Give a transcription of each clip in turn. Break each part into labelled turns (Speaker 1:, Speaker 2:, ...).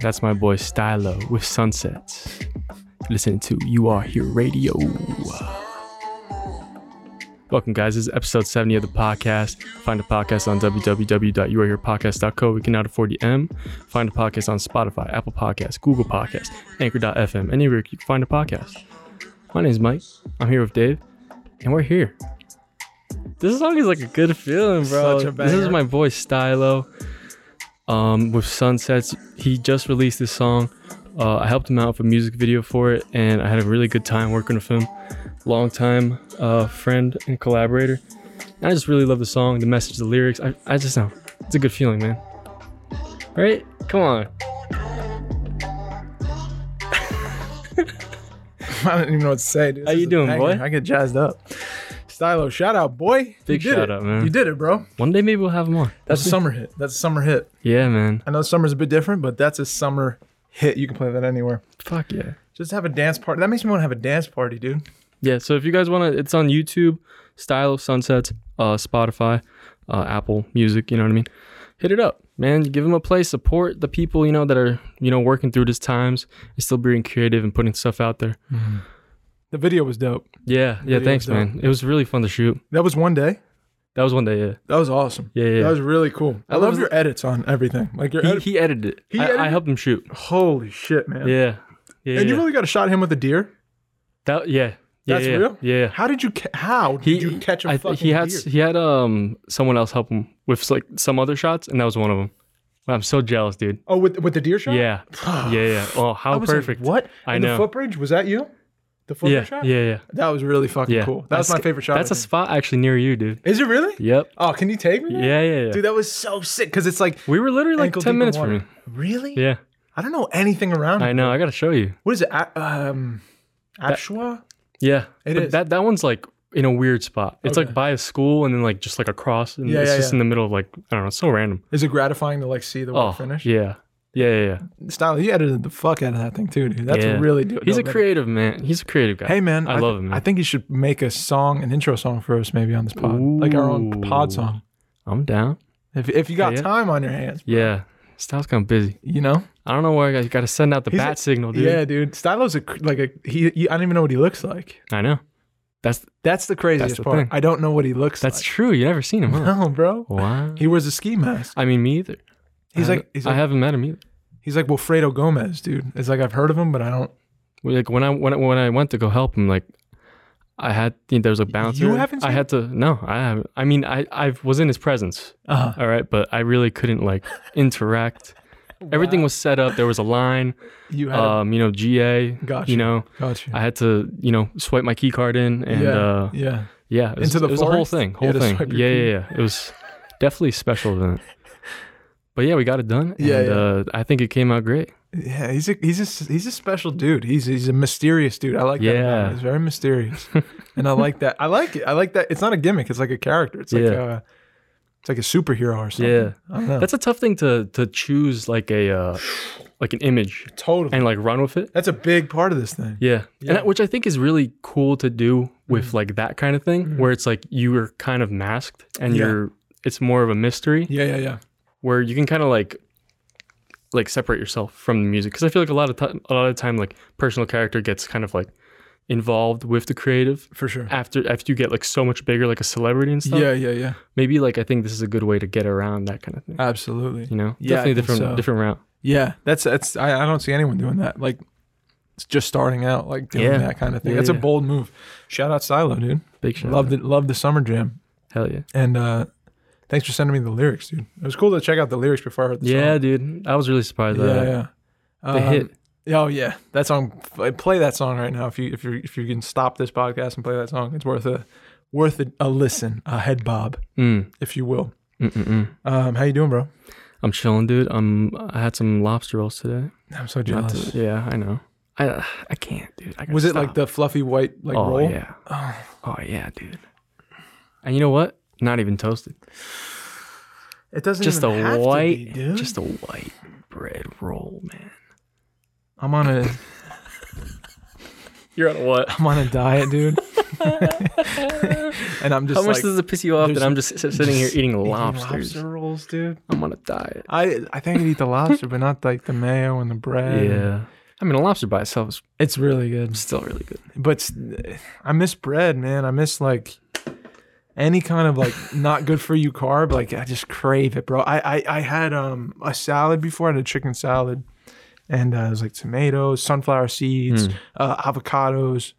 Speaker 1: That's my boy Stylo with Sunsets. Listening to You Are Here Radio. Welcome, guys. This is episode 70 of the podcast. Find the podcast on www.youareherepodcast.co. We cannot afford the M. Find the podcast on Spotify, Apple Podcasts, Google Podcasts, Anchor.fm, anywhere you can find a podcast. My name is Mike. I'm here with Dave, and we're here. This song is like a good feeling, bro.
Speaker 2: Such a
Speaker 1: this is
Speaker 2: banger.
Speaker 1: my boy Stylo um, with Sunsets. He just released this song. Uh, I helped him out with a music video for it, and I had a really good time working with him. Long time uh, friend and collaborator. And I just really love the song, the message, the lyrics. I, I just know it's a good feeling, man. Right? Come on.
Speaker 2: I don't even know what to say, dude.
Speaker 1: How
Speaker 2: This
Speaker 1: you
Speaker 2: is a
Speaker 1: doing,
Speaker 2: banger.
Speaker 1: boy?
Speaker 2: I get jazzed up. Stylo, shout out, boy.
Speaker 1: Big
Speaker 2: you did
Speaker 1: shout
Speaker 2: it.
Speaker 1: out, man.
Speaker 2: You did it, bro.
Speaker 1: One day maybe we'll have him on.
Speaker 2: That's a summer hit. That's a summer hit.
Speaker 1: Yeah, man.
Speaker 2: I know summer's a bit different, but that's a summer hit. You can play that anywhere.
Speaker 1: Fuck yeah.
Speaker 2: Just have a dance party. That makes me want to have a dance party, dude.
Speaker 1: Yeah, so if you guys want to, it's on YouTube, Style of Sunsets, uh, Spotify, uh, Apple Music, you know what I mean? Hit it up, man. Give them a play. Support the people, you know, that are, you know, working through these times and still being creative and putting stuff out there.
Speaker 2: The video was dope.
Speaker 1: Yeah, yeah,
Speaker 2: Video's
Speaker 1: thanks,
Speaker 2: dope.
Speaker 1: man. It was really fun to shoot.
Speaker 2: That was one day.
Speaker 1: That was one day, yeah.
Speaker 2: That was awesome.
Speaker 1: Yeah, yeah.
Speaker 2: That was really cool. I,
Speaker 1: I
Speaker 2: love
Speaker 1: love
Speaker 2: your edits on everything. Like your
Speaker 1: He,
Speaker 2: edit-
Speaker 1: he edited it.
Speaker 2: He
Speaker 1: I,
Speaker 2: edited
Speaker 1: I
Speaker 2: it?
Speaker 1: helped him shoot.
Speaker 2: holy shit, man.
Speaker 1: Yeah. Yeah.
Speaker 2: And
Speaker 1: yeah.
Speaker 2: you really got a shot at him with a deer.
Speaker 1: that, yeah. Yeah,
Speaker 2: That's
Speaker 1: yeah,
Speaker 2: real?
Speaker 1: Yeah.
Speaker 2: How did you? Ca- how did you catch a
Speaker 1: I
Speaker 2: fucking
Speaker 1: th- he had
Speaker 2: deer?
Speaker 1: s- he had um someone else help him with like some other shots, and that was one of them. I'm so jealous, dude.
Speaker 2: Oh, with with the deer shot.
Speaker 1: Yeah, yeah, yeah. Oh, how
Speaker 2: I was like,
Speaker 1: perfect!
Speaker 2: what?
Speaker 1: I
Speaker 2: and
Speaker 1: know.
Speaker 2: The footbridge was that you? The footbridge
Speaker 1: Yeah,
Speaker 2: shot.
Speaker 1: yeah, yeah,
Speaker 2: That was really fucking
Speaker 1: yeah.
Speaker 2: cool. That was
Speaker 1: That's-
Speaker 2: my favorite shot.
Speaker 1: That's a
Speaker 2: of him.
Speaker 1: spot actually near you, dude.
Speaker 2: Is it really?
Speaker 1: Yep.
Speaker 2: Oh, can you take me? there?
Speaker 1: Yeah, yeah, yeah.
Speaker 2: Dude, that was so sick because it's like
Speaker 1: we were literally like
Speaker 2: ankle deep
Speaker 1: ten
Speaker 2: in
Speaker 1: minutes
Speaker 2: water.
Speaker 1: from you.
Speaker 2: Really?
Speaker 1: Yeah,
Speaker 2: I don't know anything around.
Speaker 1: I
Speaker 2: it.
Speaker 1: know. I gotta show you.
Speaker 2: What is it? A- um, Ashwa.
Speaker 1: Yeah,
Speaker 2: It
Speaker 1: but
Speaker 2: is.
Speaker 1: that that one's like in a weird spot. It's
Speaker 2: Okay.
Speaker 1: like by a school and then like just like across, and
Speaker 2: Yeah,
Speaker 1: it's
Speaker 2: yeah,
Speaker 1: just
Speaker 2: yeah.
Speaker 1: in the middle of like I don't know. It's so random.
Speaker 2: Is it gratifying to like see the
Speaker 1: Oh,
Speaker 2: work finish?
Speaker 1: yeah, yeah, yeah. yeah.
Speaker 2: Style. You edited the fuck out of that thing too, dude. That's
Speaker 1: Yeah.
Speaker 2: really dope.
Speaker 1: He's a
Speaker 2: dope.
Speaker 1: creative man. He's a creative guy.
Speaker 2: Hey man,
Speaker 1: I
Speaker 2: th-
Speaker 1: love him, man.
Speaker 2: I think you should make a song, an intro song for us, maybe on this pod, like our own pod
Speaker 1: Ooh.
Speaker 2: song.
Speaker 1: I'm down.
Speaker 2: If, if you got
Speaker 1: Yeah.
Speaker 2: time on your hands,
Speaker 1: Yeah. Style's kind of busy.
Speaker 2: you know.
Speaker 1: I don't know where I got, to send out the
Speaker 2: He's
Speaker 1: bat
Speaker 2: a-
Speaker 1: signal, dude.
Speaker 2: Yeah, dude. Stylo's a cr- like a he, he. I don't even know what he looks like.
Speaker 1: I know. That's
Speaker 2: That's the craziest
Speaker 1: the
Speaker 2: part.
Speaker 1: thing.
Speaker 2: I don't know what he looks
Speaker 1: that's
Speaker 2: like.
Speaker 1: true. You never seen him, huh?
Speaker 2: No, bro.
Speaker 1: Wow.
Speaker 2: He wears a ski mask.
Speaker 1: I mean, me either.
Speaker 2: He's
Speaker 1: I
Speaker 2: like
Speaker 1: haven't-
Speaker 2: he's
Speaker 1: I
Speaker 2: like,
Speaker 1: haven't met him either.
Speaker 2: he's like Wilfredo Gomez, dude. It's like I've heard of him, but I don't.
Speaker 1: Like when I when I, when I went to go help him, like I had you know, there was a bouncer.
Speaker 2: haven't
Speaker 1: I
Speaker 2: seen
Speaker 1: had to no. I haven't. I mean, I I was in his presence.
Speaker 2: Uh,
Speaker 1: All right, but I really couldn't like interact. Everything was set up. There was a line.
Speaker 2: you had
Speaker 1: Um, you know, GA.
Speaker 2: Gotcha.
Speaker 1: You know,
Speaker 2: got you.
Speaker 1: I had to you know swipe my key card in and
Speaker 2: yeah,
Speaker 1: uh,
Speaker 2: yeah.
Speaker 1: Yeah, it was,
Speaker 2: Into the
Speaker 1: it was a whole
Speaker 2: forest?
Speaker 1: thing,
Speaker 2: You
Speaker 1: whole
Speaker 2: had to
Speaker 1: thing.
Speaker 2: swipe your
Speaker 1: Yeah,
Speaker 2: key.
Speaker 1: yeah, yeah. It was definitely a special event. But yeah, we got it done.
Speaker 2: Yeah,
Speaker 1: and,
Speaker 2: yeah.
Speaker 1: Uh, I think it came out great.
Speaker 2: Yeah, he's a he's a he's a special dude. He's he's a mysterious dude. I like that. about
Speaker 1: Yeah.
Speaker 2: him. he's very mysterious, and I like that. I like it. I like that. It's not a gimmick. It's like a character. It's like
Speaker 1: Yeah.
Speaker 2: uh it's like a superhero or something.
Speaker 1: Yeah,
Speaker 2: I don't know.
Speaker 1: that's a tough thing to to choose like a uh, like an image
Speaker 2: totally.
Speaker 1: and like run with it.
Speaker 2: that's a big part of this thing.
Speaker 1: Yeah,
Speaker 2: Yeah. Mm-hmm.
Speaker 1: And that, which I think is really cool to do with like that kind of thing, where it's like you are kind of masked and
Speaker 2: Yeah.
Speaker 1: you're it's more of a mystery
Speaker 2: Yeah, yeah, yeah.
Speaker 1: where you can kind of like like separate yourself from the music because I feel like a lot of time a lot of time like personal character gets kind of like involved with the creative
Speaker 2: For sure.
Speaker 1: after after you get like so much bigger like a celebrity and stuff
Speaker 2: Yeah, yeah, yeah.
Speaker 1: maybe like i think this is a good way to get around that kind of thing
Speaker 2: Absolutely.
Speaker 1: you know
Speaker 2: Yeah, I
Speaker 1: definitely
Speaker 2: think
Speaker 1: different
Speaker 2: so.
Speaker 1: different route
Speaker 2: Yeah, that's that's. I, I don't see anyone doing that. Like, it's just starting out, like doing
Speaker 1: Yeah.
Speaker 2: that kind of thing.
Speaker 1: Yeah,
Speaker 2: that's a
Speaker 1: yeah.
Speaker 2: bold move. Shout out Silo, dude.
Speaker 1: big shout
Speaker 2: Loved
Speaker 1: out.
Speaker 2: it. Loved the summer jam.
Speaker 1: hell yeah
Speaker 2: And uh thanks for sending me the lyrics, dude. It was cool to check out the lyrics before I heard the
Speaker 1: yeah
Speaker 2: song.
Speaker 1: dude i was really surprised by
Speaker 2: yeah,
Speaker 1: that
Speaker 2: yeah.
Speaker 1: the
Speaker 2: Um,
Speaker 1: hit
Speaker 2: Oh yeah, that song. f- Play that song right now if you if you if you can stop this podcast and play that song. It's worth a worth a, a listen, a head bob,
Speaker 1: mm,
Speaker 2: if you will.
Speaker 1: mm, mm, mm.
Speaker 2: Um, how you doing, bro?
Speaker 1: i'm chilling dude i'm i had some lobster rolls today
Speaker 2: I'm so
Speaker 1: Not
Speaker 2: jealous.
Speaker 1: to- yeah i know I I can't, dude. I gotta
Speaker 2: Was it
Speaker 1: stop.
Speaker 2: like the fluffy white like
Speaker 1: oh
Speaker 2: roll?
Speaker 1: yeah,
Speaker 2: Oh,
Speaker 1: oh yeah, dude. And you know what? Not even toasted.
Speaker 2: it doesn't
Speaker 1: Just a
Speaker 2: even have to be,
Speaker 1: white,
Speaker 2: dude.
Speaker 1: just a white bread roll, man.
Speaker 2: I'm on a
Speaker 1: You're on what?
Speaker 2: I'm on a diet, dude. and I'm just
Speaker 1: How much
Speaker 2: like
Speaker 1: does it piss you off that
Speaker 2: there's-
Speaker 1: I'm just s- sitting here eating
Speaker 2: eating
Speaker 1: lobsters?
Speaker 2: lobster rolls, dude.
Speaker 1: I'm on a diet.
Speaker 2: I I think I'd eat the lobster, but not like the mayo and the bread.
Speaker 1: Yeah. I mean, a lobster by itself is
Speaker 2: it's really good.
Speaker 1: still really good.
Speaker 2: But s- I miss bread, man. I miss like any kind of like not good for you carb. Like I just crave it, bro. I I, I had um a salad before. I had a chicken salad, and uh, it was like tomatoes, sunflower seeds, uh, avocados,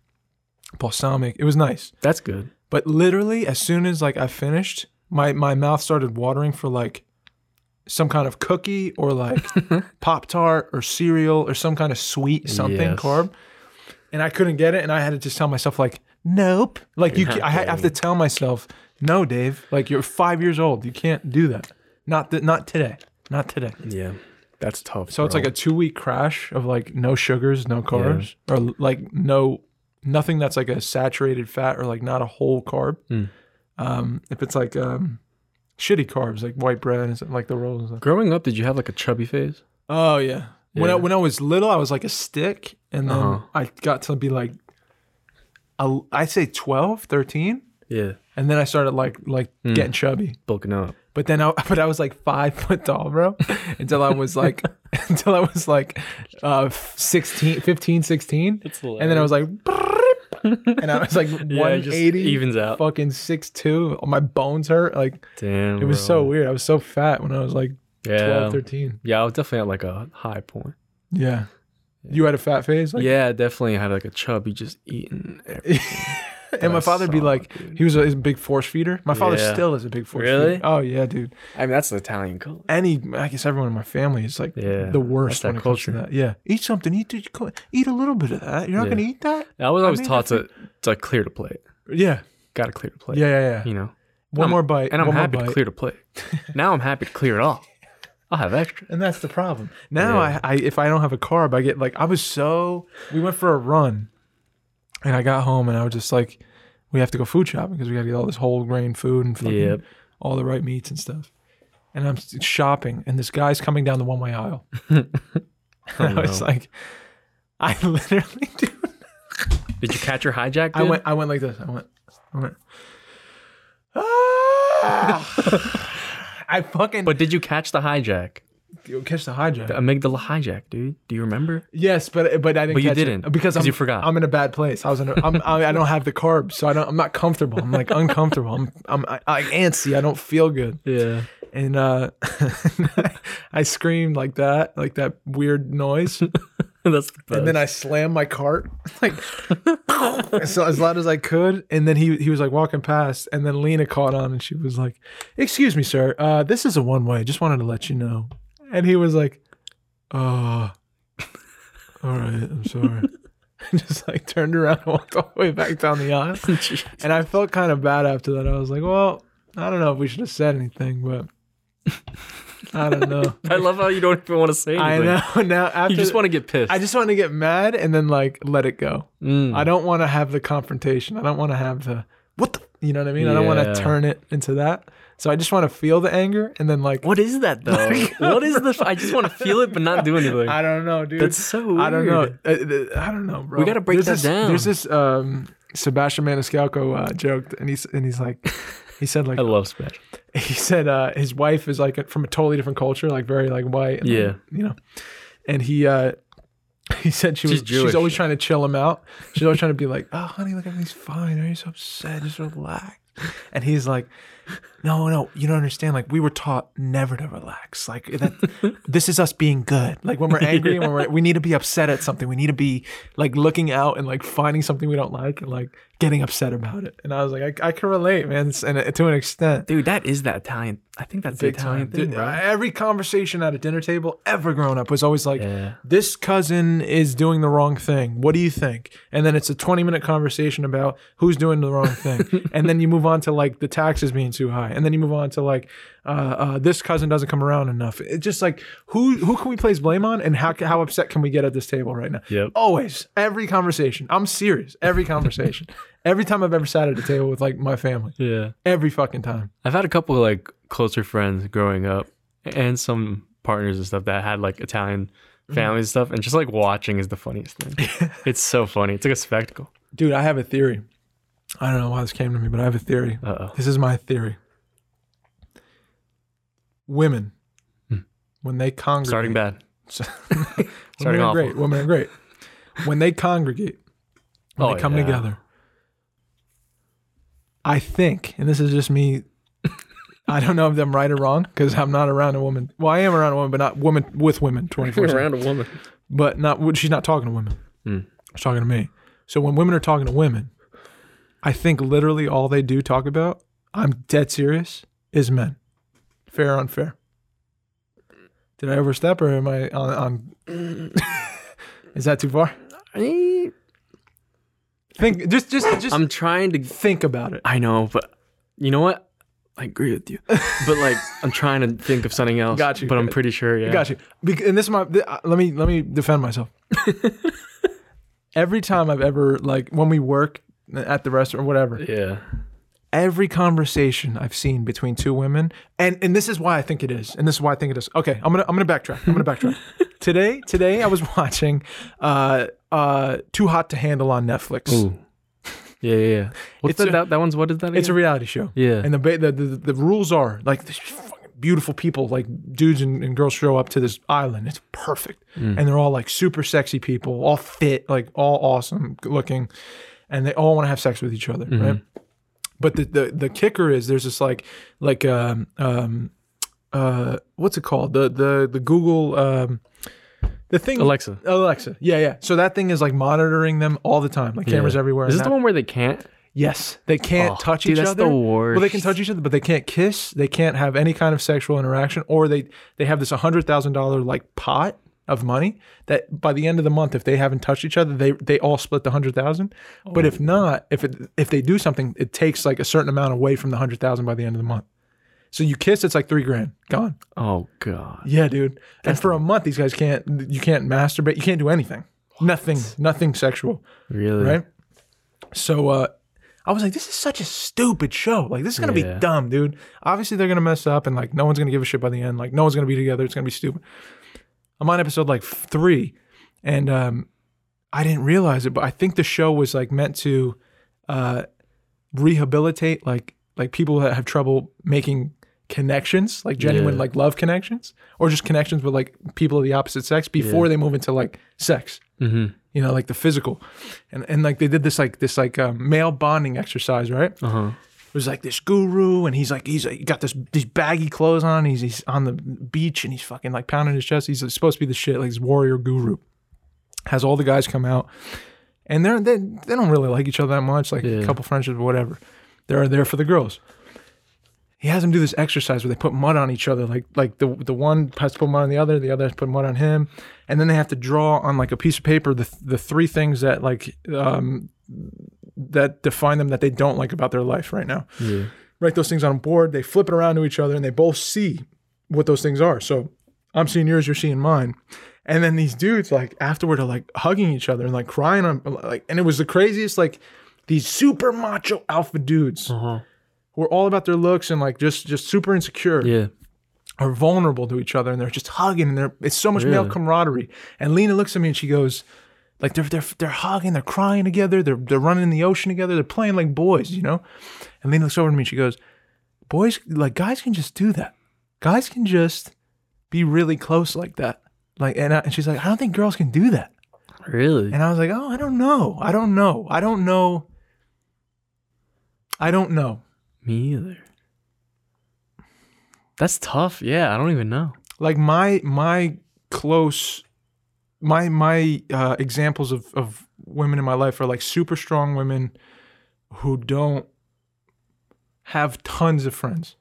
Speaker 2: balsamic. It was nice.
Speaker 1: That's good.
Speaker 2: But literally, as soon as like I finished, my my mouth started watering for like some kind of cookie or like pop tart or cereal or some kind of sweet something
Speaker 1: Yes.
Speaker 2: carb, and I couldn't get it, and I had to just tell myself like, nope. Like you,
Speaker 1: You're
Speaker 2: ca-
Speaker 1: not
Speaker 2: I ha- have to tell myself, no, Dave. Like you're five years old, you can't do that. Not th- not today. Not today.
Speaker 1: Yeah. That's tough.
Speaker 2: So it's like a two week crash of like no sugars, no carbs, or like no nothing that's like a saturated fat or like not a whole carb.
Speaker 1: Mm.
Speaker 2: Um, if it's like um, shitty carbs like white bread and stuff, like the rolls and stuff.
Speaker 1: Growing up, did you have like a chubby phase?
Speaker 2: Oh yeah. When I
Speaker 1: Yeah.
Speaker 2: when I was little, I was like a stick, and then
Speaker 1: Uh-huh.
Speaker 2: I got to be like, a, I'd say 12, 13.
Speaker 1: Yeah.
Speaker 2: and then I started like like
Speaker 1: Mm.
Speaker 2: getting chubby.
Speaker 1: Bulking up.
Speaker 2: But then I but I was like five foot tall, bro, until I was like until I was like uh 16, 15, 16. And then I was like brrrp, and I was like
Speaker 1: yeah, it just
Speaker 2: 180
Speaker 1: evens out.
Speaker 2: fucking 6'2. All My bones hurt. Like
Speaker 1: Damn.
Speaker 2: it was
Speaker 1: bro.
Speaker 2: so weird. I was so fat when I was like
Speaker 1: yeah.
Speaker 2: 12, 13.
Speaker 1: Yeah, I was definitely at like a high point.
Speaker 2: Yeah. You had a fat phase? Like,
Speaker 1: yeah, I definitely had like a chubby just eating. Everything that
Speaker 2: And my
Speaker 1: I
Speaker 2: father'd be
Speaker 1: saw,
Speaker 2: like,
Speaker 1: dude.
Speaker 2: he was a, he's a big force feeder. My father
Speaker 1: Yeah.
Speaker 2: still is a big force
Speaker 1: Really?
Speaker 2: feeder. Oh yeah, dude.
Speaker 1: I mean, that's the Italian color.
Speaker 2: Any I guess everyone in my family is like
Speaker 1: Yeah,
Speaker 2: the worst
Speaker 1: that's
Speaker 2: when
Speaker 1: that
Speaker 2: it comes to
Speaker 1: culture.
Speaker 2: that. Yeah. Eat something. Eat eat a little bit of that. You're not
Speaker 1: Yeah.
Speaker 2: gonna eat that?
Speaker 1: I was always
Speaker 2: mean,
Speaker 1: taught
Speaker 2: I
Speaker 1: to, to clear the plate.
Speaker 2: Yeah.
Speaker 1: Got to clear the plate.
Speaker 2: Yeah, yeah, yeah.
Speaker 1: You know?
Speaker 2: One
Speaker 1: I'm-
Speaker 2: more bite.
Speaker 1: And I'm
Speaker 2: one more
Speaker 1: happy to
Speaker 2: bite.
Speaker 1: clear the plate. now I'm happy to clear it all. I'll have extra.
Speaker 2: And that's the problem. Now
Speaker 1: Yeah.
Speaker 2: I, I if I don't have a carb, I get like I was so we went for a run and I got home and I was just like, we have to go food shopping because we gotta get all this whole grain food and fucking
Speaker 1: Yep.
Speaker 2: all the right meats and stuff. And I'm s- shopping and this guy's coming down the one way aisle. and I was
Speaker 1: Oh, no.
Speaker 2: like, I literally dude,
Speaker 1: Did you catch your hijack?
Speaker 2: I
Speaker 1: dude?
Speaker 2: went I went like this. I went I went "Ah!" I fucking
Speaker 1: But did you catch the hijack?
Speaker 2: catch the hijack.
Speaker 1: The amygdala hijack, dude. Do you remember?
Speaker 2: Yes, but but I didn't.
Speaker 1: But you
Speaker 2: catch it.
Speaker 1: didn't,
Speaker 2: because
Speaker 1: 'cause
Speaker 2: I'm,
Speaker 1: you forgot.
Speaker 2: I'm in a bad place. I was in. A, I'm, I, I don't have the carbs, so I don't. I'm not comfortable. I'm like uncomfortable. I'm I'm I, I antsy. I don't feel good.
Speaker 1: Yeah.
Speaker 2: And uh, I screamed like that, like that weird noise,
Speaker 1: That's the best.
Speaker 2: and then I slammed my cart like so as loud as I could. And then he he was like walking past, and then Lena caught on, and she was like, "Excuse me, sir. Uh, this is a one way. Just wanted to let you know." And he was like, "Oh, all right. I'm sorry." And just like turned around and walked all the way back down the aisle.
Speaker 1: Jeez.
Speaker 2: And I felt kind of bad after that. I was like, "Well, I don't know if we should have said anything, but I don't know."
Speaker 1: I love how you don't even want to say
Speaker 2: I
Speaker 1: anything.
Speaker 2: know now. After
Speaker 1: You just want to get pissed.
Speaker 2: I just want to get mad and then like let it go.
Speaker 1: Mm.
Speaker 2: I don't want to have the confrontation. I don't want to have the what the you know what I mean? I don't want
Speaker 1: Yeah.
Speaker 2: to turn it into that. So I just want to feel the anger and then like
Speaker 1: What is that though? what is the? I just want to feel it, but not do anything.
Speaker 2: I don't know, dude.
Speaker 1: That's so. Weird.
Speaker 2: I don't know. Uh, uh, I don't know, bro.
Speaker 1: We gotta break
Speaker 2: there's
Speaker 1: that
Speaker 2: this,
Speaker 1: down.
Speaker 2: There's this um Sebastian Maniscalco uh, joked and he's and he's like he said like
Speaker 1: I love Smash.
Speaker 2: he said uh, his wife is like from a totally different culture, like very like white. and,
Speaker 1: Yeah.
Speaker 2: you know, and he uh, he said she
Speaker 1: She's
Speaker 2: was
Speaker 1: Jewish.
Speaker 2: she's always trying to chill him out. She's always trying to be like, oh honey, look everything's fine. Are you so upset? Just relax. And he's like, no, no, you don't understand. Like we were taught never to relax. Like that, this is us being good. Like when we're angry and when we're, we need to be upset at something. We need to be like looking out and like finding something we don't like and like getting upset about it. And I was like, I, I can relate, man, It's- and uh, to an extent.
Speaker 1: Dude, that is that Italian. I think that's the
Speaker 2: Big
Speaker 1: Italian
Speaker 2: time.
Speaker 1: thing,
Speaker 2: Dude,
Speaker 1: right?
Speaker 2: Every conversation at a dinner table ever growing up was always like,
Speaker 1: Yeah.
Speaker 2: "This cousin is doing the wrong thing. What do you think?" And then it's a twenty-minute conversation about who's doing the wrong thing, and then you move on to like the taxes being too high, and then you move on to like uh, uh, this cousin doesn't come around enough. It's just like who who can we place blame on, and how how upset can we get at this table right now?
Speaker 3: Yep.
Speaker 2: Always, every conversation. I'm serious. Every conversation. every time I've ever sat at a table with like my family.
Speaker 3: Yeah.
Speaker 2: Every fucking time.
Speaker 3: I've had a couple of like closer friends growing up and some partners and stuff that had like Italian
Speaker 1: Mm-hmm.
Speaker 3: families and stuff. And just like watching is the funniest thing. it's so funny. It's like a spectacle.
Speaker 2: Dude, I have a theory. I don't know why this came to me, but I have a theory.
Speaker 3: Uh oh.
Speaker 2: This is my theory. Women, when they congregate,
Speaker 3: Hmm. Starting bad.
Speaker 2: women
Speaker 3: Starting
Speaker 2: are
Speaker 3: awful.
Speaker 2: great. Women are great. When they congregate, when
Speaker 3: Oh,
Speaker 2: they come
Speaker 3: yeah.
Speaker 2: together, I think, and this is just me. I don't know if I'm right or wrong because I'm not around a woman. Well, I am around a woman, but not women with women 24 seven.
Speaker 3: a woman.
Speaker 2: But not she's not talking to women.
Speaker 3: Hmm.
Speaker 2: She's talking to me. So when women are talking to women, I think literally all they do talk about, I'm dead serious, is men. Fair or unfair? Did I overstep or am I on? on is that too far? Think just just just
Speaker 3: I'm trying to.
Speaker 2: think about it.
Speaker 3: I know, but you know what? I agree with you. but like, I'm trying to think of something else.
Speaker 2: Got you.
Speaker 3: But I'm pretty sure. Yeah.
Speaker 2: Got you. Bec- And this is my. th- uh, let me let me defend myself. Every time I've ever like when we work at the restaurant or whatever,
Speaker 3: Yeah.
Speaker 2: every conversation I've seen between two women, and and this is why I think it is, and this is why I think it is. Okay, I'm gonna I'm gonna backtrack. I'm gonna backtrack. today today I was watching uh uh Too Hot to Handle on Netflix.
Speaker 3: Ooh. Yeah, yeah, yeah. What's
Speaker 2: It's
Speaker 3: the,
Speaker 2: a-
Speaker 3: that? That one's what is that? Again?
Speaker 2: It's a reality show.
Speaker 3: Yeah.
Speaker 2: And the ba- the, the the rules are like these fucking beautiful people, like dudes and, and girls show up to this island. It's perfect.
Speaker 3: Mm.
Speaker 2: And they're all like super sexy people, all fit, like all awesome looking. And they all want to have sex with each other, right?
Speaker 3: Mm-hmm.
Speaker 2: But the, the the kicker is there's this like like um um uh what's it called? The the the Google um the thing
Speaker 3: Alexa.
Speaker 2: Alexa. Yeah, yeah. So that thing is like monitoring them all the time. Like cameras
Speaker 3: Yeah.
Speaker 2: everywhere.
Speaker 3: Is
Speaker 2: and
Speaker 3: this
Speaker 2: that-
Speaker 3: the one where they can't?
Speaker 2: Yes, they can't
Speaker 3: Oh,
Speaker 2: touch
Speaker 3: dude,
Speaker 2: each
Speaker 3: that's
Speaker 2: other.
Speaker 3: the worst.
Speaker 2: Well, they can touch each other, but they can't kiss. They can't have any kind of sexual interaction, or they they have this hundred thousand dollar like pot of money that by the end of the month, if they haven't touched each other, they they all split the hundred thousand. But
Speaker 3: Oh.
Speaker 2: if not, if it if they do something, it takes like a certain amount away from the hundred thousand by the end of the month. So you kiss, it's like three grand gone.
Speaker 3: Oh god.
Speaker 2: Yeah, dude. and for a month, these guys can't. You can't masturbate. You can't do anything. Nothing. Nothing sexual
Speaker 3: Really?
Speaker 2: right? So uh, I was like, this is such a stupid show. Like, this is gonna
Speaker 3: Yeah.
Speaker 2: be dumb, dude. Obviously, they're gonna mess up, and like, no one's gonna give a shit by the end. Like, no one's gonna be together. It's gonna be stupid. I'm on episode like f- three, and um, I didn't realize it, but I think the show was like meant to uh, rehabilitate like like people that have trouble making connections, like genuine
Speaker 3: Yeah.
Speaker 2: like love connections, or just connections with like people of the opposite sex before they move into like sex
Speaker 3: Mm-hmm.
Speaker 2: you know like the physical and and like they did this like this like um, male bonding exercise right it
Speaker 3: Uh huh.
Speaker 2: was like this guru and he's like he's like, got this these baggy clothes on he's he's on the beach and he's fucking like pounding his chest he's supposed to be the shit like this warrior guru has all the guys come out and they're they, they don't really like each other that much like
Speaker 3: Yeah.
Speaker 2: a couple friendships or whatever they're there for the girls he has them do this exercise where they put mud on each other like like the the one has to put mud on the other the other has to put mud on him and then they have to draw on like a piece of paper the the three things that like um that define them that they don't like about their life right now
Speaker 3: Yeah.
Speaker 2: write those things on a board. They flip it around to each other and they both see what those things are. So I'm seeing yours, you're seeing mine. And then these dudes, like afterward, are like hugging each other and like crying on like, and it was the craziest. Like these super macho alpha dudes
Speaker 1: Mm.
Speaker 3: Uh-huh.
Speaker 2: who are all about their looks and like just just super insecure
Speaker 3: Yeah.
Speaker 2: are vulnerable to each other and they're just hugging and they're it's so much male
Speaker 3: Really?
Speaker 2: camaraderie. And Lena looks at me and she goes, like they're they're they're hugging, they're crying together, they're they're running in the ocean together, they're playing like boys, you know? And Lena looks over to me and she goes, Boys like guys can just do that. Guys can just be really close like that. Like and, I, and she's like, I don't think girls can do that.
Speaker 3: Really?
Speaker 2: And I was like, Oh, I don't know. I don't know. I don't know. I don't know.
Speaker 3: Me either. That's tough. Yeah, I don't even know.
Speaker 2: like my my close my my uh, examples of of women in my life are like super strong women who don't have tons of friends.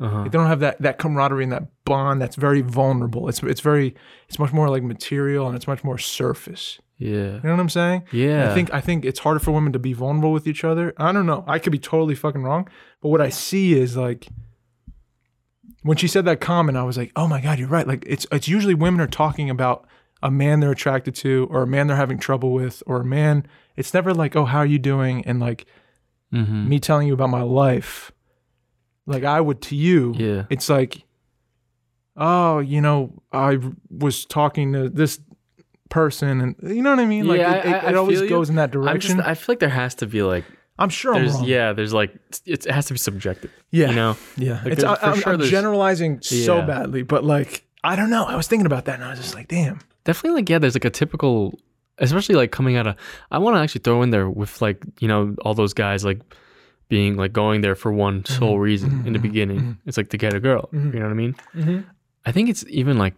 Speaker 3: Uh-huh.
Speaker 2: They don't have that that camaraderie and that bond that's very vulnerable. It's it's very it's much more like material and it's much more surface.
Speaker 1: Yeah.
Speaker 2: You know what I'm saying?
Speaker 1: Yeah.
Speaker 2: I think I think it's harder for women to be vulnerable with each other. I don't know. I could be totally fucking wrong, but what I see is like when she said that comment, I was like, "Oh my god, you're right." Like it's it's usually women are talking about a man they're attracted to or a man they're having trouble with or a man. It's never like, "Oh, how are you doing?" and like
Speaker 1: Mm-hmm.
Speaker 2: me telling you about my life. Like I would to you.
Speaker 1: Yeah.
Speaker 2: It's like oh, you know, I was talking to this person and you know what I mean? Like
Speaker 1: Yeah,
Speaker 2: it,
Speaker 1: I-
Speaker 2: it,
Speaker 1: I- I
Speaker 2: it always
Speaker 1: feel you.
Speaker 2: goes in that
Speaker 1: I'm just,
Speaker 2: direction.
Speaker 1: I feel like there has to be like
Speaker 2: I'm sure I'm
Speaker 1: there's
Speaker 2: wrong.
Speaker 1: yeah there's like it's, it has to be subjective.
Speaker 2: yeah,
Speaker 1: You know.
Speaker 2: yeah.
Speaker 1: Like,
Speaker 2: it's,
Speaker 1: there-
Speaker 2: I,
Speaker 1: for
Speaker 2: I'm,
Speaker 1: sure
Speaker 2: I'm
Speaker 1: there's-
Speaker 2: generalizing so
Speaker 1: Yeah.
Speaker 2: badly, but like I don't know. I was thinking about that and I was just like, damn.
Speaker 1: definitely like yeah there's like a typical especially like coming out of i want to actually throw in there with like you know all those guys like being like going there for one
Speaker 2: Mm-hmm.
Speaker 1: sole reason in the beginning it's like to get a girl you know what i mean
Speaker 2: Mm-hmm.
Speaker 1: i think it's even like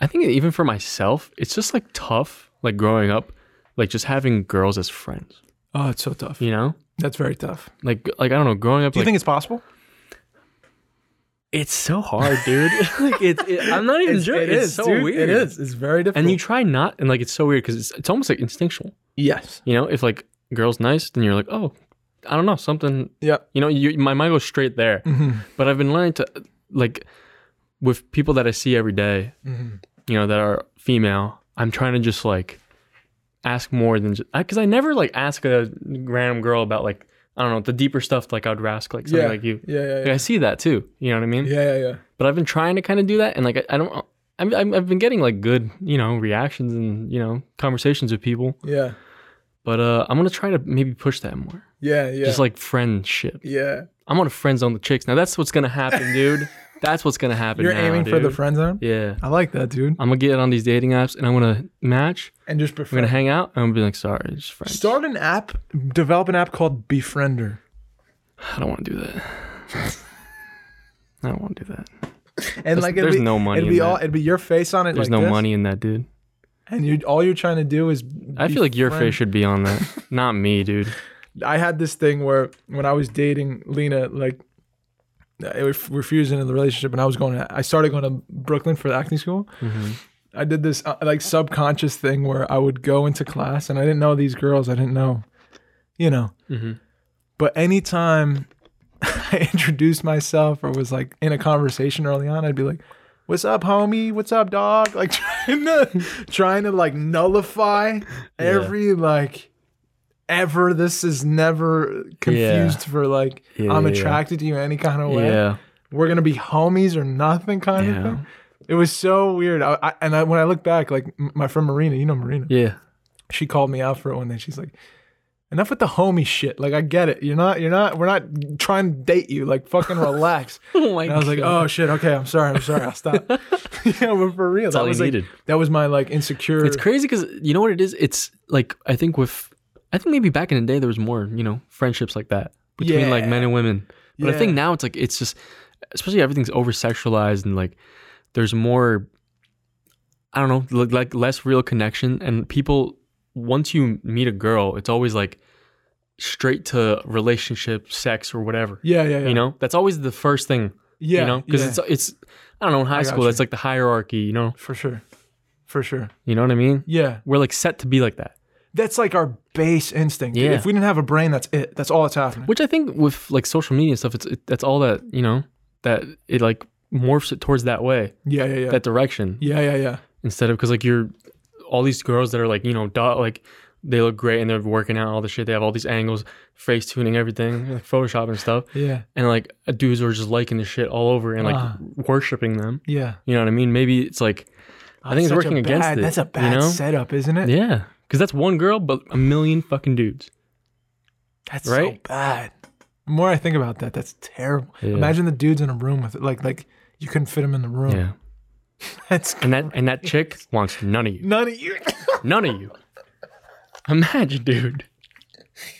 Speaker 1: i think even for myself it's just like tough like growing up like just having girls as friends
Speaker 2: Oh, it's so tough.
Speaker 1: you know
Speaker 2: That's very tough.
Speaker 1: like like i don't know growing up
Speaker 2: Do you
Speaker 1: like
Speaker 2: think it's possible?
Speaker 1: it's so hard dude like it's it, i'm not even joking it's so weird
Speaker 2: It is. It's very difficult.
Speaker 1: and you try not and like it's so weird because it's, it's almost like instinctual
Speaker 2: yes.
Speaker 1: You know, if like girl's nice, then you're like, oh, I don't know, something.
Speaker 2: Yep.
Speaker 1: You know, you, my mind goes straight there.
Speaker 2: Mm-hmm.
Speaker 1: But I've been learning to like with people that I see every day,
Speaker 2: Mm-hmm.
Speaker 1: you know, that are female. I'm trying to just like ask more than just because I never like ask a random girl about like I don't know the deeper stuff. Like I would ask like something
Speaker 2: Yeah.
Speaker 1: like you.
Speaker 2: Yeah, yeah,
Speaker 1: Like, I see that too. You know what I mean?
Speaker 2: yeah, yeah, yeah.
Speaker 1: But I've been trying to kind of do that, and like I, I don't. I'm, I'm- I've been getting like good, you know, reactions and you know conversations with people.
Speaker 2: Yeah.
Speaker 1: But uh, I'm gonna try to maybe push that more.
Speaker 2: Yeah, yeah.
Speaker 1: Just like friendship.
Speaker 2: yeah.
Speaker 1: I'm gonna friend zone the chicks. Now that's what's gonna happen, dude. that's what's gonna happen.
Speaker 2: You're
Speaker 1: now,
Speaker 2: aiming for the
Speaker 1: dude.
Speaker 2: friend zone?
Speaker 1: yeah.
Speaker 2: I like that, dude.
Speaker 1: I'm gonna get on these dating apps and I'm gonna match.
Speaker 2: And just
Speaker 1: I'm gonna
Speaker 2: befriend.
Speaker 1: hang out. and I'm gonna be like, sorry, it's just friends.
Speaker 2: Start an app, develop an app called Befriender.
Speaker 1: I don't want to do that. I don't want to do that.
Speaker 2: And like, it'd
Speaker 1: there's
Speaker 2: be,
Speaker 1: no money
Speaker 2: It'd
Speaker 1: in
Speaker 2: be all.
Speaker 1: that.
Speaker 2: It'd be your face on it.
Speaker 1: There's
Speaker 2: like
Speaker 1: no
Speaker 2: this,
Speaker 1: money in that, dude.
Speaker 2: And you, all you're trying to do is.
Speaker 1: I feel like your
Speaker 2: befriend-
Speaker 1: face should be on that, not me, dude.
Speaker 2: I had this thing where when I was dating Lena, like I ref- refused into the relationship, and I was going. To, I started going to Brooklyn for acting school. I did this uh, like subconscious thing where I would go into class, and I didn't know these girls. I didn't know, you know. But anytime I introduced myself or was like in a conversation early on, I'd be like. What's up, homie? What's up, dog? Like trying to trying to like nullify every like ever. This is never confused for like
Speaker 1: Yeah,
Speaker 2: I'm
Speaker 1: yeah, yeah.
Speaker 2: attracted to you any kind of way.
Speaker 1: Yeah.
Speaker 2: We're gonna be homies or nothing kind
Speaker 1: Yeah.
Speaker 2: of thing. It was so weird. I, I, and I, when I look back, like m- my friend Marina, you know Marina,
Speaker 1: Yeah.
Speaker 2: she called me out for it one day. She's like, "Enough with the homie shit. Like I get it. You're not. You're not. We're not trying to date you. Like fucking relax."
Speaker 1: Oh my
Speaker 2: And I was like, "Oh shit. Okay. I'm sorry. I'm sorry. I'll stop." yeah, but for real, that
Speaker 1: all you
Speaker 2: was like
Speaker 1: needed.
Speaker 2: that was my like insecure.
Speaker 1: It's crazy because you know what it is. It's like I think with, I think maybe back in the day there was more you know friendships like that between like men
Speaker 2: Yeah.
Speaker 1: and women. But I think
Speaker 2: Yeah.
Speaker 1: now it's like it's just, especially everything's over sexualized and like there's more, I don't know, like, like less real connection and people. Once you meet a girl, it's always like straight to relationship, sex, or whatever.
Speaker 2: yeah, yeah, yeah.
Speaker 1: You know, that's always the first thing.
Speaker 2: yeah,
Speaker 1: you know, because
Speaker 2: yeah.
Speaker 1: it's it's I don't know in high
Speaker 2: got
Speaker 1: school
Speaker 2: you.
Speaker 1: that's like the hierarchy. You know,
Speaker 2: for sure, for sure.
Speaker 1: you know what I mean.
Speaker 2: Yeah.
Speaker 1: We're like set to be like that.
Speaker 2: That's like our base instinct.
Speaker 1: Yeah.
Speaker 2: If we didn't have a brain, that's it. That's all that's happening.
Speaker 1: which I think with like social media and stuff, it's it, that's all that you know that it like morphs it towards that way,
Speaker 2: Yeah, yeah, yeah.
Speaker 1: that direction
Speaker 2: yeah, yeah, yeah.
Speaker 1: instead of because like you're all these girls that are like you know dot like they look great and they're working out all the shit. They have all these angles, face tuning, everything, like Photoshop and stuff,
Speaker 2: Yeah.
Speaker 1: and like uh, dudes are just liking the shit all over and like
Speaker 2: Ah.
Speaker 1: worshiping them.
Speaker 2: Yeah.
Speaker 1: You know what I mean? Maybe it's like I think it's
Speaker 2: Such a
Speaker 1: working against
Speaker 2: bad-
Speaker 1: it.
Speaker 2: That's a bad
Speaker 1: you know?
Speaker 2: setup, isn't it?
Speaker 1: Yeah, because that's one girl, but a million fucking dudes.
Speaker 2: That's
Speaker 1: Right?
Speaker 2: so bad. The more I think about that, that's terrible.
Speaker 1: Yeah.
Speaker 2: Imagine the dudes in a room with it. Like, like you couldn't fit them in the room.
Speaker 1: Yeah,
Speaker 2: That's
Speaker 1: and that and that chick wants none of you.
Speaker 2: none of you.
Speaker 1: None of you. Imagine, dude.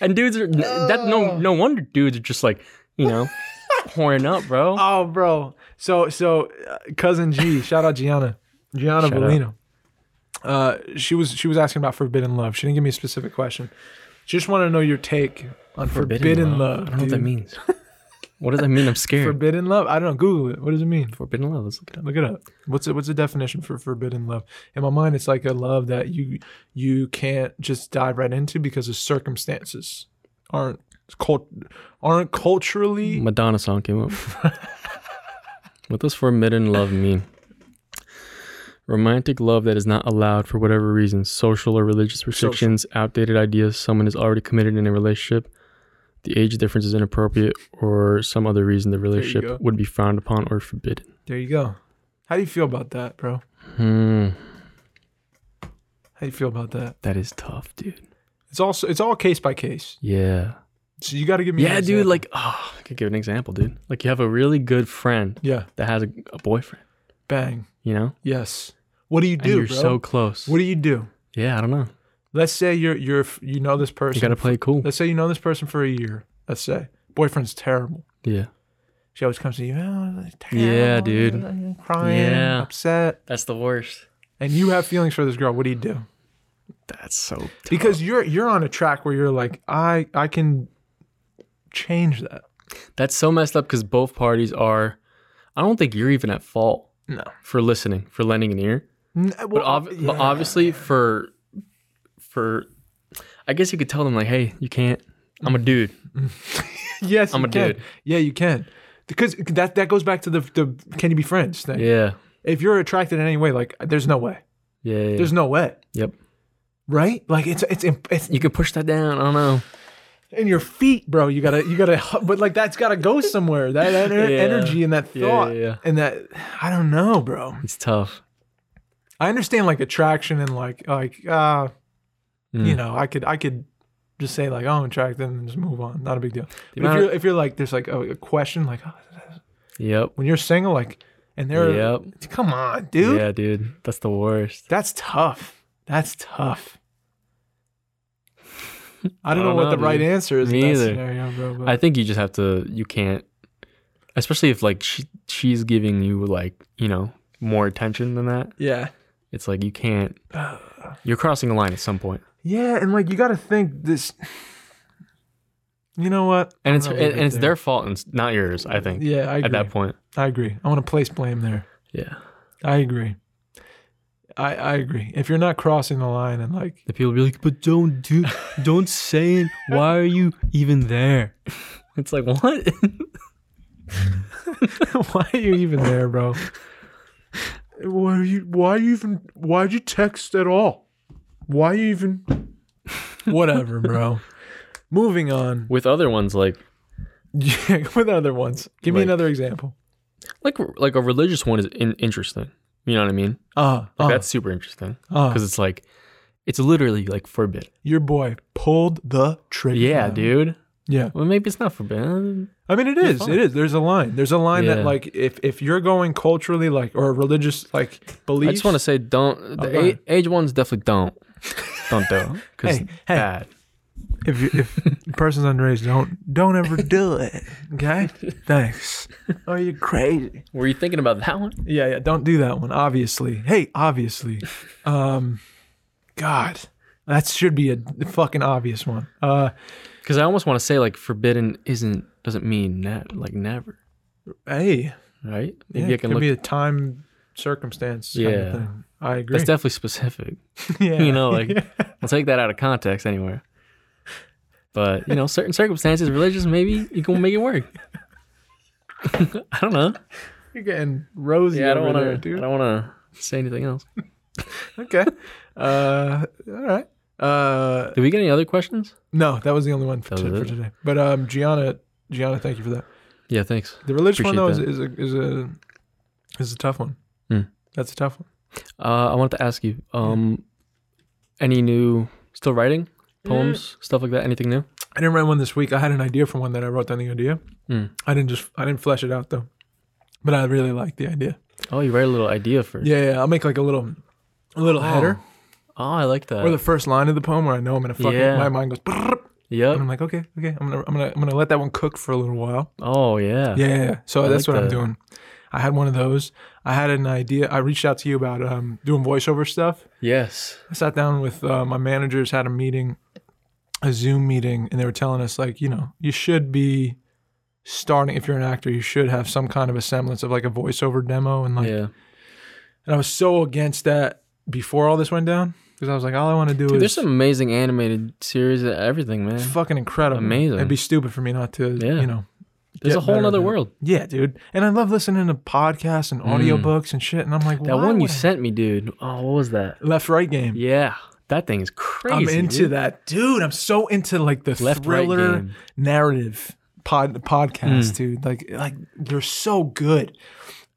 Speaker 1: And dudes are that
Speaker 2: Oh.
Speaker 1: no no wonder dudes are just like you know pouring up, bro.
Speaker 2: oh, bro. So, so uh, cousin G, shout out Gianna, Gianna
Speaker 1: out.
Speaker 2: Bellino. Uh, she was she was asking about forbidden love. She didn't give me a specific question. She just wanted to know your take on forbidden, love.
Speaker 1: I don't know what that
Speaker 2: dude.
Speaker 1: means. What does that mean? I'm scared.
Speaker 2: Forbidden love? I don't know. Google it. What does it mean?
Speaker 1: Forbidden love. Let's look it up.
Speaker 2: Look it up. What's it, what's the definition for forbidden love? In my mind, it's like a love that you you can't just dive right into because the circumstances aren't cult, aren't culturally.
Speaker 1: Madonna song came up. what does forbidden love mean? Romantic love that is not allowed for whatever reason, social or religious restrictions, outdated ideas, someone is already committed in a relationship, the age difference is inappropriate, or some other reason the
Speaker 2: go.
Speaker 1: relationship would be frowned upon or forbidden.
Speaker 2: There you go. How do you feel about that, bro? How
Speaker 1: Hmm,
Speaker 2: do you feel about that?
Speaker 1: that is tough, dude.
Speaker 2: It's also it's all case by case.
Speaker 1: Yeah.
Speaker 2: So you got to give me. an
Speaker 1: Yeah, dude.
Speaker 2: example.
Speaker 1: Like, oh, I could give an example, dude. Like, you have a really good friend
Speaker 2: yeah,
Speaker 1: that has a, a boyfriend,
Speaker 2: bang.
Speaker 1: you know?
Speaker 2: Yes. What do you
Speaker 1: and
Speaker 2: do,
Speaker 1: you're
Speaker 2: bro?
Speaker 1: so close.
Speaker 2: what do you do?
Speaker 1: yeah, I don't know.
Speaker 2: Let's say you're you're you know this person.
Speaker 1: You gotta play it cool.
Speaker 2: Let's say you know this person for a year. Let's say boyfriend's terrible.
Speaker 1: Yeah.
Speaker 2: She always comes to you. Oh, it's terrible.
Speaker 1: Yeah, dude.
Speaker 2: I'm Crying,
Speaker 1: Yeah.
Speaker 2: upset,
Speaker 1: That's the worst.
Speaker 2: and you have feelings for this girl. What do you do?
Speaker 1: That's so tough.
Speaker 2: Because you're you're on a track where you're like, I I can change that.
Speaker 1: that's so messed up because both parties are. I don't think you're even at fault
Speaker 2: No.
Speaker 1: for listening, for lending an ear,
Speaker 2: N-
Speaker 1: but,
Speaker 2: well,
Speaker 1: ob-
Speaker 2: yeah.
Speaker 1: but obviously for for. I guess you could tell them like, "Hey, you can't. I'm a dude.
Speaker 2: yes,
Speaker 1: I'm
Speaker 2: you
Speaker 1: a
Speaker 2: can.
Speaker 1: dude.
Speaker 2: Yeah, you can. Because that that goes back to the the can you be friends thing.
Speaker 1: Yeah,
Speaker 2: If you're attracted in any way, like there's no way,
Speaker 1: yeah. yeah.
Speaker 2: there's no way,
Speaker 1: yep.
Speaker 2: right? Like it's it's imp- it's
Speaker 1: You can push that down. I don't know.
Speaker 2: in your feet, bro. You gotta, you gotta, but like that's gotta go somewhere. That ener-
Speaker 1: Yeah.
Speaker 2: energy and that
Speaker 1: Yeah, yeah,
Speaker 2: thought
Speaker 1: yeah.
Speaker 2: and that, I don't know, bro.
Speaker 1: It's tough.
Speaker 2: I understand like attraction and like, like, uh, you
Speaker 1: Mm.
Speaker 2: know, I could, I could just say like, oh, I'm attracted and just move on. Not a big deal. But if
Speaker 1: amount of-
Speaker 2: you're, if you're like, there's like a, a question, like oh,
Speaker 1: Yep.
Speaker 2: when you're single, like, and they're,
Speaker 1: Yep.
Speaker 2: come on, dude,
Speaker 1: Yeah, dude. That's the worst.
Speaker 2: that's tough. That's tough. I don't,
Speaker 1: I
Speaker 2: know,
Speaker 1: don't
Speaker 2: what
Speaker 1: know,
Speaker 2: the right
Speaker 1: dude.
Speaker 2: answer is
Speaker 1: Me
Speaker 2: in that
Speaker 1: either.
Speaker 2: scenario, bro. But
Speaker 1: I think you just have to. You can't, especially if like she she's giving you like you know more attention than that.
Speaker 2: yeah.
Speaker 1: It's like you can't. You're crossing a line at some point,
Speaker 2: Yeah, and like you got to think this. You know what?
Speaker 1: and it's
Speaker 2: I'll
Speaker 1: and,
Speaker 2: leave it
Speaker 1: and it's
Speaker 2: there.
Speaker 1: their fault and it's not yours. I think
Speaker 2: Yeah, I agree.
Speaker 1: at that point.
Speaker 2: I agree. I want to place blame there.
Speaker 1: Yeah,
Speaker 2: I agree. I I agree. If you're not crossing the line and like,
Speaker 1: the people be like, but don't do, don't say it. Why are you even there? It's like what?
Speaker 2: why are you even there, bro? Why are you? Why you even? Why'd you text at all? Why you even? Whatever, bro. Moving on.
Speaker 1: With other ones like
Speaker 2: Yeah, with other ones. Give me
Speaker 1: Like-
Speaker 2: another example.
Speaker 1: like like a religious one is in, interesting. You know what I mean?
Speaker 2: Uh,
Speaker 1: Like
Speaker 2: uh,
Speaker 1: that's super interesting
Speaker 2: uh,
Speaker 1: because it's like it's literally like forbidden.
Speaker 2: your boy pulled the trigger.
Speaker 1: Yeah,
Speaker 2: now.
Speaker 1: dude.
Speaker 2: Yeah.
Speaker 1: Well, maybe it's not forbidden.
Speaker 2: I mean, it is.
Speaker 1: fine.
Speaker 2: It is. There's a line. There's a line
Speaker 1: Yeah.
Speaker 2: that like if if you're going culturally like or religious like beliefs. Oh,
Speaker 1: I just want to say, don't the
Speaker 2: Okay.
Speaker 1: a- age ones definitely don't don't do because
Speaker 2: Hey, hey.
Speaker 1: bad.
Speaker 2: if you, if a person's underage, don't don't ever do it. Okay. Thanks. Oh, you're crazy.
Speaker 1: Were you thinking about that one?
Speaker 2: Yeah, yeah. Don't do that one. Obviously. Hey, obviously. Um, God, that should be a fucking obvious one. Uh,
Speaker 1: Because I almost want to say like forbidden isn't doesn't mean that like never,
Speaker 2: hey,
Speaker 1: right?
Speaker 2: yeah,
Speaker 1: Maybe I
Speaker 2: it
Speaker 1: can
Speaker 2: could
Speaker 1: look.
Speaker 2: be a time circumstance. Kind
Speaker 1: Yeah.
Speaker 2: Of thing. I agree.
Speaker 1: that's definitely specific.
Speaker 2: yeah.
Speaker 1: You know, like I'll take that out of context anywhere. But you know, certain circumstances, religious, maybe you can make it work. I don't know.
Speaker 2: you're getting rosy
Speaker 1: Yeah, I don't
Speaker 2: over
Speaker 1: want
Speaker 2: there,
Speaker 1: to.
Speaker 2: dude.
Speaker 1: I don't want to say anything else.
Speaker 2: okay. Uh, all right. Uh,
Speaker 1: Did we get any other questions?
Speaker 2: no, that was the only one for,
Speaker 1: That was
Speaker 2: to- for
Speaker 1: it?
Speaker 2: today. But um, Gianna, Gianna, thank you for that.
Speaker 1: Yeah, thanks.
Speaker 2: The religious one though is,
Speaker 1: Appreciate
Speaker 2: is a is a is a tough one.
Speaker 1: Hmm.
Speaker 2: That's a tough one.
Speaker 1: Uh, I wanted to ask you, um, any new still writing poems, stuff like that? Anything new?
Speaker 2: I didn't write one this week. I had an idea for one that I wrote down the idea.
Speaker 1: Hmm.
Speaker 2: I didn't just I didn't flesh it out though, but I really like the idea.
Speaker 1: Oh, you write a little idea first.
Speaker 2: Yeah, yeah. I'll make like a little a little header
Speaker 1: Oh, I like that.
Speaker 2: or the first line of the poem where I know I'm gonna fucking
Speaker 1: Yeah.
Speaker 2: my mind goes. brrrr, And
Speaker 1: yep.
Speaker 2: I'm like, okay, okay, I'm gonna, I'm gonna, I'm gonna let that one cook for a little while,
Speaker 1: Oh, yeah.
Speaker 2: Yeah, yeah, yeah. So
Speaker 1: I
Speaker 2: that's
Speaker 1: like
Speaker 2: what I'm
Speaker 1: that.
Speaker 2: doing. I had one of those. I had an idea. I reached out to you about um, doing voiceover stuff.
Speaker 1: Yes.
Speaker 2: I sat down with uh, my managers, had a meeting, a Zoom meeting, and they were telling us like, you know, you should be starting if you're an actor you should have some kind of a semblance of like a voiceover demo and like
Speaker 3: yeah.
Speaker 2: and i was so against that before all this went down because i was like all i want to do
Speaker 1: Dude,
Speaker 2: is
Speaker 1: there's some amazing animated series, and everything, man.
Speaker 2: it's fucking incredible
Speaker 1: Amazing.
Speaker 2: it'd be stupid for me not to
Speaker 1: Yeah.
Speaker 2: you know
Speaker 1: There's
Speaker 2: get
Speaker 1: a whole
Speaker 2: better
Speaker 1: other
Speaker 2: at it.
Speaker 1: world.
Speaker 2: yeah dude and i love listening to podcasts and audiobooks and shit and i'm like
Speaker 1: Mm. That
Speaker 2: why
Speaker 1: one you
Speaker 2: would I-
Speaker 1: sent me, dude. Oh, what was that?
Speaker 2: left right game
Speaker 1: Yeah, that thing is crazy.
Speaker 2: I'm into
Speaker 1: dude.
Speaker 2: that, dude. I'm so into like the
Speaker 1: Left, right
Speaker 2: thriller
Speaker 1: game. Mm.
Speaker 2: narrative pod podcast, dude. Like, like they're so good.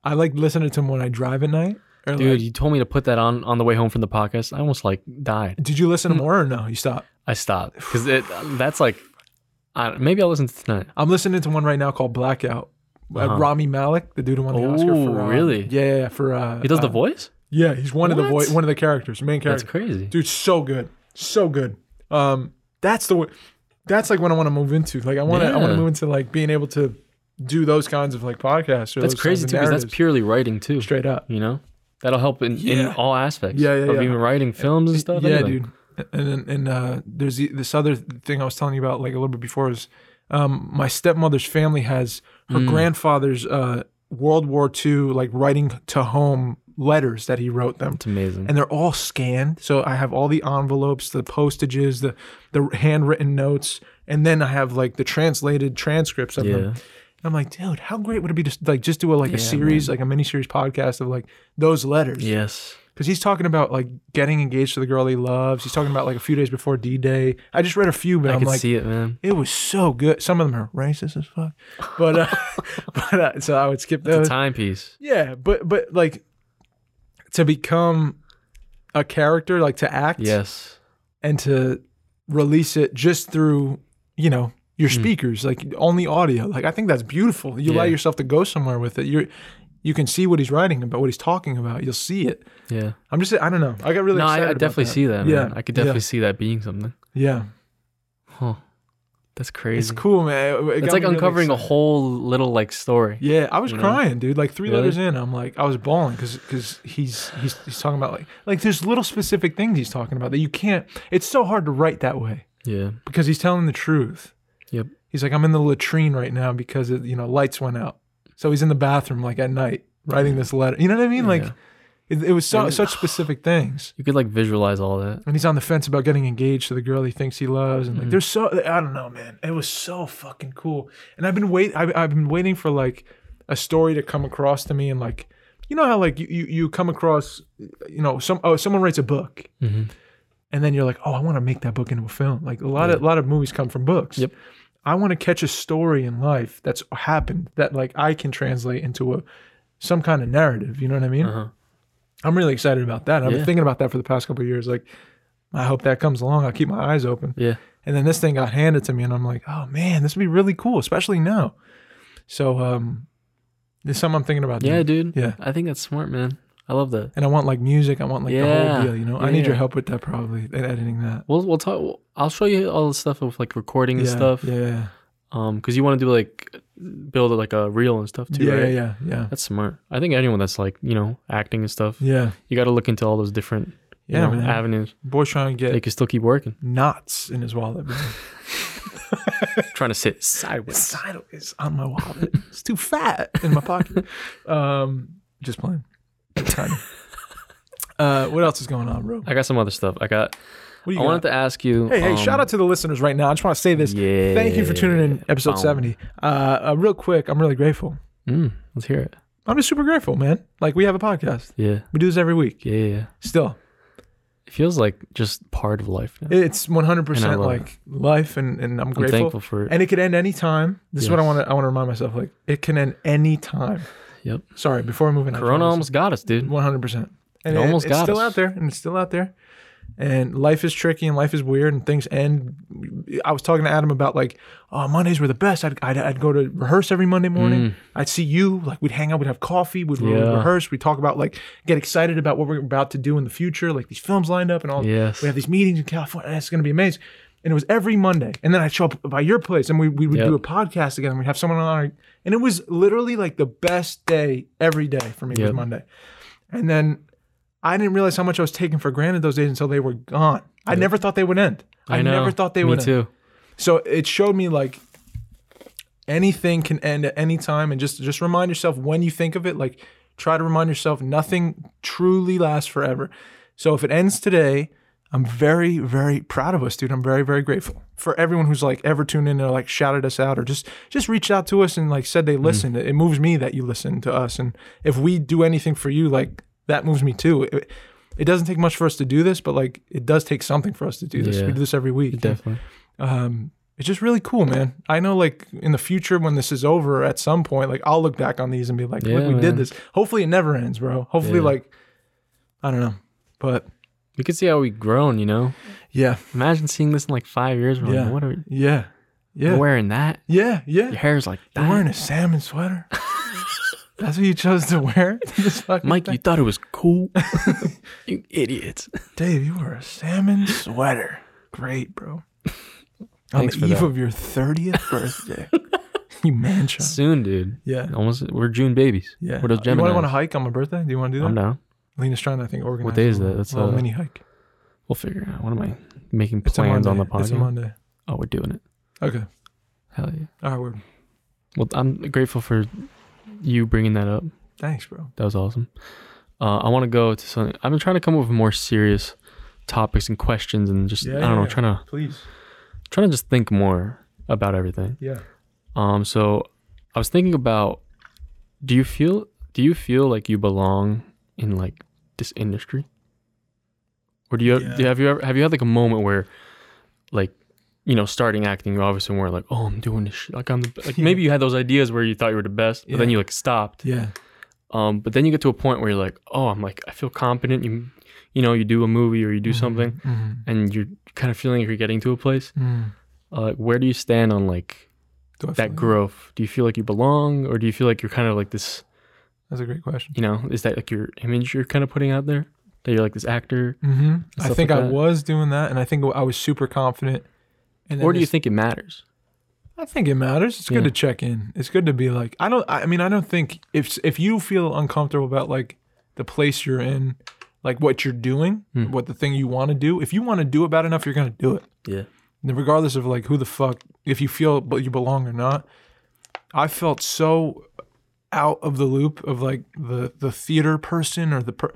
Speaker 2: I like listening to them when I drive at night. Or
Speaker 1: Dude,
Speaker 2: like,
Speaker 1: you told me to put that on on the way home from the podcast. I almost like died.
Speaker 2: did you listen to more or no? You stop.
Speaker 1: I stopped because that's like, I, maybe I'll listen to tonight.
Speaker 2: I'm listening to one right now called Blackout. Uh,
Speaker 1: Uh-huh.
Speaker 2: Rami Malik, the dude who won the Oscar
Speaker 1: Oh,
Speaker 2: for um,
Speaker 1: really?
Speaker 2: Yeah, yeah, yeah, for uh,
Speaker 1: He does the
Speaker 2: uh,
Speaker 1: voice.
Speaker 2: Yeah, he's one of the
Speaker 1: What?
Speaker 2: voice, one of the characters, main character.
Speaker 1: That's crazy.
Speaker 2: dude so good so good um that's the way that's like what i want to move into like i want to i want
Speaker 1: Yeah.
Speaker 2: to move into like being able to do those kinds of like podcasts or
Speaker 1: that's
Speaker 2: those
Speaker 1: crazy
Speaker 2: kinds
Speaker 1: too.
Speaker 2: of
Speaker 1: 'cause that's
Speaker 2: narratives
Speaker 1: purely writing too.
Speaker 2: straight up
Speaker 1: You know, that'll help in, in
Speaker 2: Yeah.
Speaker 1: all aspects.
Speaker 2: Yeah, yeah,
Speaker 1: Of
Speaker 2: yeah.
Speaker 1: even writing films and stuff.
Speaker 2: yeah
Speaker 1: anything.
Speaker 2: dude and then and uh there's the- this other thing i was telling you about like a little bit before is um my stepmother's family has her
Speaker 1: Mm.
Speaker 2: grandfather's uh world war ii like writing to home letters that he wrote them
Speaker 1: It's amazing.
Speaker 2: and they're all scanned. So I have all the envelopes, the postages, the the handwritten notes, and then I have like the translated transcripts of them.
Speaker 1: yeah.
Speaker 2: And I'm like, dude, how great would it be to s- like just do a, like a series, like a mini series podcast of like those letters?
Speaker 1: Yes.
Speaker 2: Because he's talking about like getting engaged to the girl he loves. He's talking about like a few days before D Day. I just read a few, but
Speaker 1: I
Speaker 2: I am
Speaker 1: can
Speaker 2: like,
Speaker 1: see it, man.
Speaker 2: it was so good. Some of them are racist as fuck, but uh, but uh, so I would skip
Speaker 1: It's
Speaker 2: those.
Speaker 1: a timepiece.
Speaker 2: Yeah, but but like to become a character, like to act
Speaker 1: Yes.
Speaker 2: and to release it just through, you know, your speakers, like only audio. Like I think that's beautiful. You allow
Speaker 1: Hmm. Yeah.
Speaker 2: yourself to go somewhere with it. You're you can see what he's writing about, what he's talking about. You'll see it.
Speaker 1: Yeah.
Speaker 2: I'm just I don't know. I got really
Speaker 1: no,
Speaker 2: excited
Speaker 1: I, I
Speaker 2: about
Speaker 1: definitely see that. Man.
Speaker 2: Yeah,
Speaker 1: I could
Speaker 2: yeah.
Speaker 1: definitely see that being something.
Speaker 2: Yeah.
Speaker 1: Huh. That's crazy.
Speaker 2: It's
Speaker 1: It's,
Speaker 2: cool, man. It- It, got
Speaker 1: like
Speaker 2: me really
Speaker 1: uncovering a
Speaker 2: excited.
Speaker 1: whole little like story.
Speaker 2: Yeah, I was
Speaker 1: you know?
Speaker 2: crying, dude. Like three
Speaker 1: Really?
Speaker 2: letters in, I'm like, I was bawling because he's he's he's talking about like like there's little specific things he's talking about that you can't. It's so hard to write that way
Speaker 1: Yeah.
Speaker 2: because he's telling the truth.
Speaker 1: Yep.
Speaker 2: He's like, I'm in the latrine right now because it, you know lights went out, so he's in the bathroom like at night writing this letter. You know what I mean? Like,
Speaker 1: Yeah.
Speaker 2: it, it was so
Speaker 1: And-
Speaker 2: such specific things.
Speaker 1: You could like visualize all that.
Speaker 2: And he's on the fence about getting engaged to the girl he thinks he loves, and like, there's so I don't know, man. It was so fucking cool, and I've been wait, I've, I've been waiting for like a story to come across to me, and like, you know how like you you, you come across, you know, some oh someone writes a book,
Speaker 1: Mhm.
Speaker 2: and then you're like, oh, I want to make that book into a film. Like a lot of a lot of movies come from books.
Speaker 1: Yep.
Speaker 2: I want to catch a story in life that's happened that like I can translate into a some kind of narrative. You know what I mean?
Speaker 1: Uh-huh.
Speaker 2: I'm really excited about that. I've
Speaker 1: Yeah.
Speaker 2: been thinking about that for the past couple of years. Like, I hope that comes along. I'll keep my eyes open.
Speaker 1: Yeah.
Speaker 2: And then this thing got handed to me, and I'm like, oh man, this would be really cool, especially now. So, um, this is something I'm thinking about. doing.
Speaker 1: Yeah, dude.
Speaker 2: Yeah.
Speaker 1: I think that's smart, man. I love that.
Speaker 2: And I want like music. I want like the
Speaker 1: Yeah.
Speaker 2: whole deal. You know, I need your
Speaker 1: Yeah.
Speaker 2: help with that probably and editing that.
Speaker 1: We'll we'll talk. I'll show you all the stuff of like recording and
Speaker 2: yeah,
Speaker 1: stuff.
Speaker 2: Yeah, yeah,
Speaker 1: Um, because you want to do like build like a reel and stuff too,
Speaker 2: yeah,
Speaker 1: right?
Speaker 2: yeah, yeah,
Speaker 1: That's smart. I think anyone that's like you know acting and stuff,
Speaker 2: yeah.
Speaker 1: you got to look into all those different you
Speaker 2: Yeah,
Speaker 1: know,
Speaker 2: man.
Speaker 1: avenues.
Speaker 2: Boy's trying to
Speaker 1: They
Speaker 2: get
Speaker 1: can still keep working.
Speaker 2: knots in his wallet. bro.
Speaker 1: Trying to sit sideways.
Speaker 2: sideways on my wallet. It's too fat in my pocket. Um, just playing. Kind of. Uh, what else is going on, bro? What
Speaker 1: I got some other stuff. I got.
Speaker 2: do you
Speaker 1: I wanted to ask you.
Speaker 2: Hey, hey!
Speaker 1: um,
Speaker 2: shout out to the listeners right now. I just want to say this.
Speaker 1: Yeah.
Speaker 2: Thank you for tuning in, episode
Speaker 1: Boom.
Speaker 2: seventy. Uh, uh, real quick, I'm really grateful.
Speaker 1: Mm, let's hear it.
Speaker 2: I'm just super grateful, man. Like we have a podcast.
Speaker 1: Yeah.
Speaker 2: We do this every week.
Speaker 1: Yeah. yeah.
Speaker 2: Still,
Speaker 1: It feels like just part of life now.
Speaker 2: it's 100 percent
Speaker 1: And I love
Speaker 2: like life, and, and I'm
Speaker 1: I'm
Speaker 2: grateful.
Speaker 1: thankful for it.
Speaker 2: and it could end any time. This is what I
Speaker 1: Yes.
Speaker 2: want to I want to remind myself. Like it can end any time.
Speaker 1: Yep.
Speaker 2: Sorry, before I move in. I just
Speaker 1: Corona
Speaker 2: wanted to-
Speaker 1: almost got us, dude.
Speaker 2: One hundred percent. And
Speaker 1: It almost
Speaker 2: it's
Speaker 1: got
Speaker 2: still
Speaker 1: us.
Speaker 2: out there, and it's still out there. And life is tricky, and life is weird, and things end. I was talking to Adam about like, oh, Mondays were the best. I'd, I'd, I'd go to rehearse every Monday morning. I'd see you, like we'd hang out, we'd have coffee, we'd re-
Speaker 1: Mm. Yeah.
Speaker 2: rehearse, we'd talk about like get excited about what we're about to do in the future, like these films lined up and all.
Speaker 1: Yes.
Speaker 2: We have these meetings in California. It's going to be amazing. And it was every Monday, and then I'd show up by your place, and we, we would
Speaker 1: Yep.
Speaker 2: do a podcast again, and we'd have someone on, our, and it was literally like the best day every day for me
Speaker 1: Yep.
Speaker 2: was Monday. And then I didn't realize how much I was taking for granted those days until they were gone. I never thought they would end. I,
Speaker 1: know.
Speaker 2: never thought they
Speaker 1: Me
Speaker 2: would end.
Speaker 1: too.
Speaker 2: So it showed me like anything can end at any time and just just remind yourself when you think of it like try to remind yourself nothing truly lasts forever so if it ends today i'm very very proud of us dude i'm very very grateful for everyone who's like ever tuned in or like shouted us out or just just reached out to us and like said they listened it moves me that you listen to us and if we do anything for you like that moves me too it, it doesn't take much for us to do this but like it does take something for us to do this
Speaker 3: Yeah.
Speaker 2: we do this every week
Speaker 3: Definitely.
Speaker 2: um, it's just really cool, man. I know, like in the future when this is over, at some point, like I'll look back on these and be like,
Speaker 3: Yeah,
Speaker 2: "Look, we
Speaker 3: man.
Speaker 2: did this." Hopefully, it never ends, bro. Hopefully,
Speaker 3: Yeah.
Speaker 2: like I don't know, but
Speaker 1: We could see how we've grown, you know?
Speaker 2: yeah,
Speaker 1: Imagine seeing this in like five years. We're
Speaker 2: Yeah.
Speaker 1: like, what are we?
Speaker 2: yeah, yeah,
Speaker 1: You're wearing that?
Speaker 2: yeah, yeah.
Speaker 1: Your hair's like
Speaker 2: You're wearing
Speaker 1: that.
Speaker 2: a salmon sweater. That's what you chose to wear. This fucking
Speaker 1: Mike,
Speaker 2: thing.
Speaker 1: you thought it was cool. you idiots.
Speaker 2: Dave, you were a salmon sweater. Great, bro. On
Speaker 3: Thanks
Speaker 2: the
Speaker 3: for
Speaker 2: eve
Speaker 3: that.
Speaker 2: of your thirtieth birthday, you man child.
Speaker 1: Soon, dude.
Speaker 2: Yeah,
Speaker 1: Almost, we're June babies.
Speaker 2: yeah.
Speaker 1: We're those
Speaker 2: you
Speaker 1: Geminis.
Speaker 2: want to hike on my birthday? Do you want to do that?
Speaker 1: I'm down.
Speaker 2: Lena's trying to, I think, organize.
Speaker 1: day
Speaker 2: a
Speaker 1: is that?
Speaker 2: little-
Speaker 1: That's,
Speaker 2: little
Speaker 1: uh,
Speaker 2: mini hike.
Speaker 1: We'll figure it out. What am I making
Speaker 2: It's a
Speaker 1: plans on the
Speaker 2: Monday. It's a
Speaker 1: podcast?
Speaker 2: Monday.
Speaker 1: Oh, we're doing it.
Speaker 2: Okay.
Speaker 1: Hell yeah.
Speaker 2: All right. We're,
Speaker 1: Well, I'm grateful for you bringing that up.
Speaker 2: thanks, bro.
Speaker 1: That was awesome. Uh, I want to go to something. I've been trying to come up with more serious topics and questions, and just
Speaker 2: Yeah,
Speaker 1: I don't know,
Speaker 2: yeah,
Speaker 1: trying to
Speaker 2: Please.
Speaker 1: trying to just think more about everything.
Speaker 2: Yeah.
Speaker 1: Um, so I was thinking about, do you feel do you feel like you belong in like this industry, or do you,
Speaker 2: Yeah.
Speaker 1: do you have you ever have you had like a moment where, like, you know, starting acting, you obviously weren't like, oh, I'm doing this shit, like I'm the be-" like
Speaker 2: Yeah.
Speaker 1: maybe you had those ideas where you thought you were the best, but then
Speaker 2: Yeah.
Speaker 1: you like stopped.
Speaker 2: Yeah.
Speaker 1: Um, but then you get to a point where you're like, oh, I'm like I feel competent. You, you know, you do a movie or you do something,
Speaker 2: Mhm.
Speaker 1: and you're kind of feeling like you're getting to a place.
Speaker 2: Mm.
Speaker 1: Uh, where do you stand on like
Speaker 2: Do I feel
Speaker 1: that growth do you feel like you belong or do you feel like you're kind of like this
Speaker 2: That's a great question.
Speaker 1: you know is that like your image you're kind of putting out there that you're like this actor
Speaker 2: hmm I
Speaker 1: Stuff
Speaker 2: think
Speaker 1: like
Speaker 2: I
Speaker 1: that.
Speaker 2: was doing that, and I think I was super confident. And then
Speaker 1: or do you
Speaker 2: this-
Speaker 1: think it matters
Speaker 2: I think it matters. It's good
Speaker 1: Yeah.
Speaker 2: to check in. It's good to be like I don't. I mean, I don't think if if you feel uncomfortable about like the place you're in, like what you're doing,
Speaker 1: Hmm.
Speaker 2: what the thing you want to do. If you want to do it bad enough, you're gonna do it.
Speaker 1: yeah
Speaker 2: And regardless of like who the fuck, if you feel but you belong or not. I felt so out of the loop of like the the theater person or the per.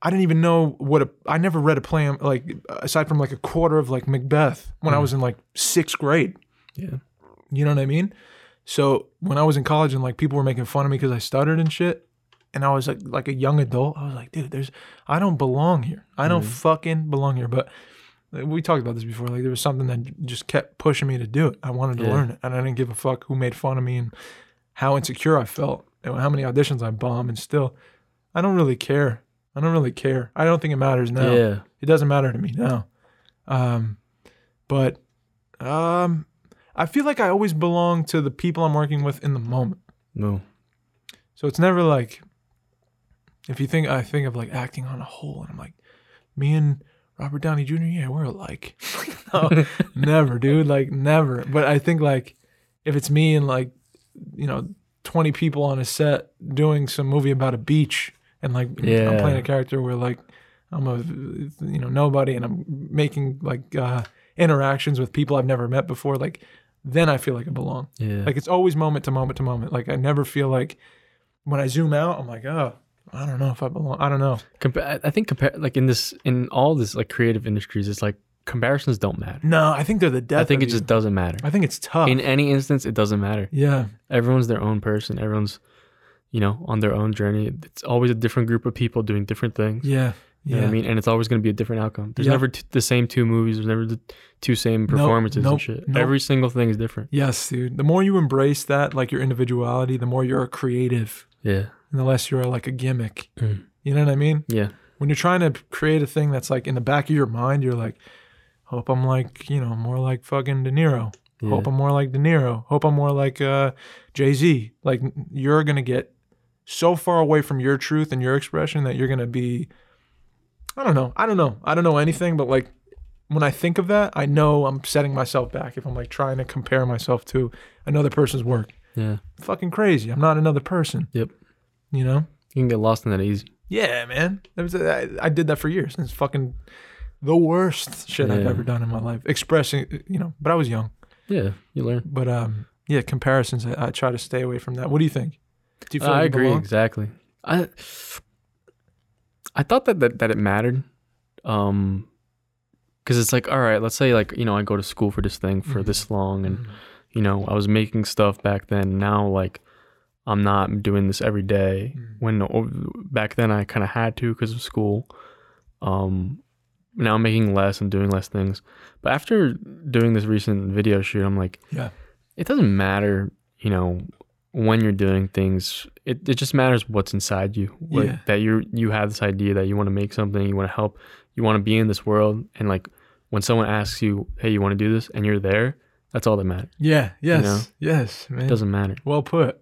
Speaker 2: I didn't even know what a. I never read a play um, like aside from like a quarter of like Macbeth when I was in like sixth grade.
Speaker 1: Hmm. yeah
Speaker 2: You know what I mean? So when I was in college and like people were making fun of me because I stuttered and shit, and I was like like a young adult, I was like, dude, there's I don't belong here. I don't fucking belong here. But like, we talked about this before. Like there was something that just kept pushing me to do it. I wanted to
Speaker 1: Yeah.
Speaker 2: learn it, and I didn't give a fuck who made fun of me and how insecure I felt and how many auditions I bombed. And still, I don't really care. I don't really care. I don't think it matters now
Speaker 1: yeah
Speaker 2: it doesn't matter to me now. Um, but um, I feel like I always belong to the people I'm working with in the moment.
Speaker 1: no
Speaker 2: So it's never like, if you think I think of like acting on a whole, and I'm like, me and Robert Downey Jr. Yeah, we're alike. no, never, dude. Like never. But I think like, if it's me and like, you know, 20 people on a set doing some movie about a beach, and like I'm
Speaker 1: Yeah.
Speaker 2: playing a character where like I'm a you know nobody, and I'm making like uh, interactions with people I've never met before, like. Then I feel like I belong.
Speaker 1: yeah
Speaker 2: Like it's always moment to moment to moment. Like I never feel like when I zoom out, I'm like, oh, I don't know if I belong. I don't know.
Speaker 1: Compa- i think compare like in this in all this like creative industries it's like comparisons don't matter
Speaker 2: No, I think they're the death.
Speaker 1: i think
Speaker 2: of
Speaker 1: it just
Speaker 2: you.
Speaker 1: doesn't matter
Speaker 2: I think it's tough.
Speaker 1: in any instance it doesn't matter
Speaker 2: yeah,
Speaker 1: everyone's their own person everyone's you know on their own journey it's always a different group of people doing different things
Speaker 2: yeah,
Speaker 1: You know
Speaker 2: yeah.
Speaker 1: what I mean? And it's always going to be a different outcome. There's
Speaker 2: Yeah.
Speaker 1: never t- the same two movies. There's never the two same performances
Speaker 2: nope,
Speaker 1: and shit.
Speaker 2: nope.
Speaker 1: Every single thing is different.
Speaker 2: Yes, dude. The more you embrace that, like your individuality, the more you're a creative,
Speaker 1: Yeah.
Speaker 2: and the less you're like a gimmick.
Speaker 1: Mm.
Speaker 2: You know what I mean?
Speaker 1: Yeah.
Speaker 2: When you're trying to create a thing that's like in the back of your mind, you're like, hope I'm like, you know, more like fucking De Niro.
Speaker 1: Yeah.
Speaker 2: Hope I'm more like De Niro. Hope I'm more like uh, Jay Z. Like n- you're gonna get so far away from your truth and your expression that you're gonna be. I don't know. I don't know. I don't know anything. But like when I think of that, I know I'm setting myself back if I'm like trying to compare myself to another person's work.
Speaker 1: yeah.
Speaker 2: Fucking crazy. I'm not another person.
Speaker 1: Yep.
Speaker 2: You know.
Speaker 1: You can get lost in that easy.
Speaker 2: Yeah, man. That was I, I did that for years. It's fucking the worst shit I've
Speaker 1: Yeah.
Speaker 2: ever done in my life. Expressing, you know. But I was young.
Speaker 1: Yeah. You learn.
Speaker 2: But um, yeah, comparisons. I, I try to stay away from that. What do you think? Do you
Speaker 1: I
Speaker 2: you
Speaker 1: agree
Speaker 2: belong?
Speaker 1: exactly. I I thought that that, that it mattered, um, because it's like all right, let's say like you know I go to school for this thing for
Speaker 2: Mhm.
Speaker 1: this long, and you know I was making stuff back then. Now like I'm not doing this every day.
Speaker 2: Mhm.
Speaker 1: When o- back then I kind of had to because of school. Um, now I'm making less. I'm doing less things. But after doing this recent video shoot, I'm like,
Speaker 2: Yeah.
Speaker 1: it doesn't matter, you know, when you're doing things. It, it just matters what's inside you. Like,
Speaker 2: Yeah.
Speaker 1: That you you have this idea that you want to make something, you want to help, you want to be in this world, and like when someone asks you, hey, you want to do this, and you're there, that's all that matters.
Speaker 2: Yeah. Yes.
Speaker 1: know?
Speaker 2: Yes. Man.
Speaker 1: It doesn't matter.
Speaker 2: Well put.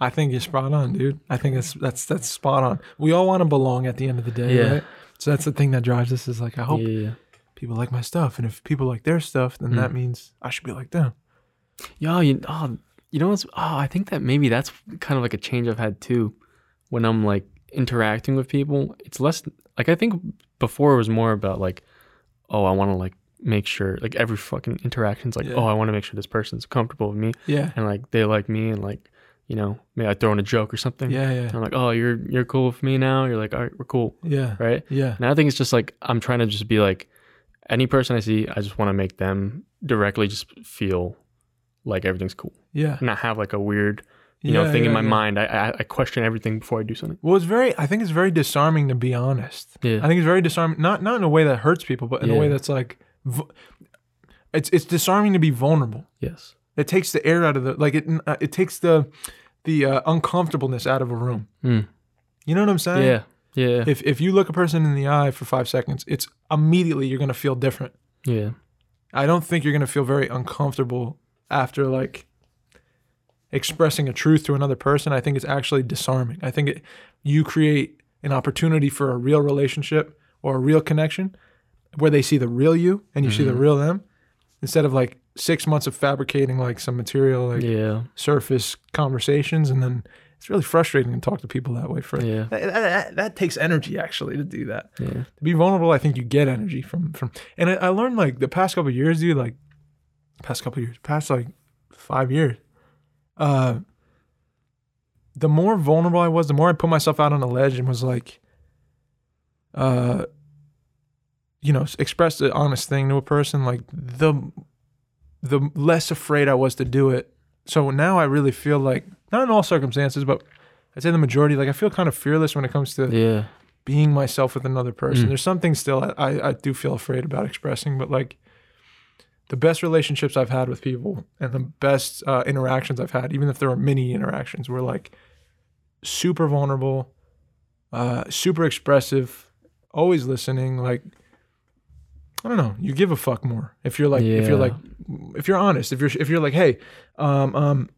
Speaker 2: I think you're spot on, dude. I think that's that's that's spot on. We all want to belong at the end of the day,
Speaker 1: Yeah.
Speaker 2: right? So that's the thing that drives us is like I hope
Speaker 1: Yeah, yeah,
Speaker 2: people like my stuff, and if people like their stuff, then that means I should be like them.
Speaker 1: yeah. Yo, you, oh, you know what's? Oh, I think that maybe that's kind of like a change I've had too. When I'm like interacting with people, it's less like I think before it was more about like, oh, I want to like make sure like every fucking interaction's like,
Speaker 2: Yeah.
Speaker 1: oh, I want to make sure this person's comfortable with me
Speaker 2: Yeah,
Speaker 1: and like they like me and like you know maybe I throw in a joke or something.
Speaker 2: yeah, yeah,
Speaker 1: And I'm like, oh, you're you're cool with me now. You're like, all right, we're cool,
Speaker 2: yeah,
Speaker 1: right?
Speaker 2: yeah,
Speaker 1: And I think it's just like I'm trying to just be like any person I see, I just want to make them directly just feel like everything's cool,
Speaker 2: yeah.
Speaker 1: not have like a weird you know
Speaker 2: Yeah,
Speaker 1: thing in
Speaker 2: yeah,
Speaker 1: my
Speaker 2: yeah.
Speaker 1: mind. I, I I question everything before I do something.
Speaker 2: Well, it's very. I think it's very disarming to be honest.
Speaker 1: Yeah.
Speaker 2: I think it's very disarming. Not not in a way that hurts people, but in a way
Speaker 1: Yeah.
Speaker 2: that's like, vu- it's it's disarming to be vulnerable.
Speaker 1: Yes.
Speaker 2: It takes the air out of the like it. uh, It takes the the uh, uncomfortableness out of a room.
Speaker 1: Mm.
Speaker 2: You know what I'm saying?
Speaker 1: Yeah. Yeah.
Speaker 2: If if you look a person in the eye for five seconds, it's immediately you're gonna feel different.
Speaker 1: Yeah.
Speaker 2: I don't think you're gonna feel very uncomfortable after like expressing a truth to another person. I think it's actually disarming. I think it, you create an opportunity for a real relationship or a real connection where they see the real you and you see the real them instead of like six months of fabricating like some material like
Speaker 1: Yeah.
Speaker 2: surface conversations and then it's really frustrating to talk to people that way for
Speaker 1: Yeah.
Speaker 2: that, that, that takes energy actually to do that
Speaker 1: Yeah.
Speaker 2: to be vulnerable i think you get energy from from and i, I learned like the past couple of years dude like past couple of years past like five years uh the more vulnerable i was the more i put myself out on a ledge and was like uh you know s- express the honest thing to a person like the the less afraid i was to do it so now i really feel like not in all circumstances but i'd say the majority like i feel kind of fearless when it comes to
Speaker 1: Yeah.
Speaker 2: being myself with another person.
Speaker 1: Mm.
Speaker 2: There's something still I, I, I do feel afraid about expressing, but like the best relationships I've had with people and the best uh, interactions I've had, even if there were many interactions, were like super vulnerable, uh, super expressive, always listening. Like, I don't know, you give a fuck more if you're like, if you're
Speaker 1: Yeah.
Speaker 2: like, if you're honest, if you're, if you're like, hey, um, um,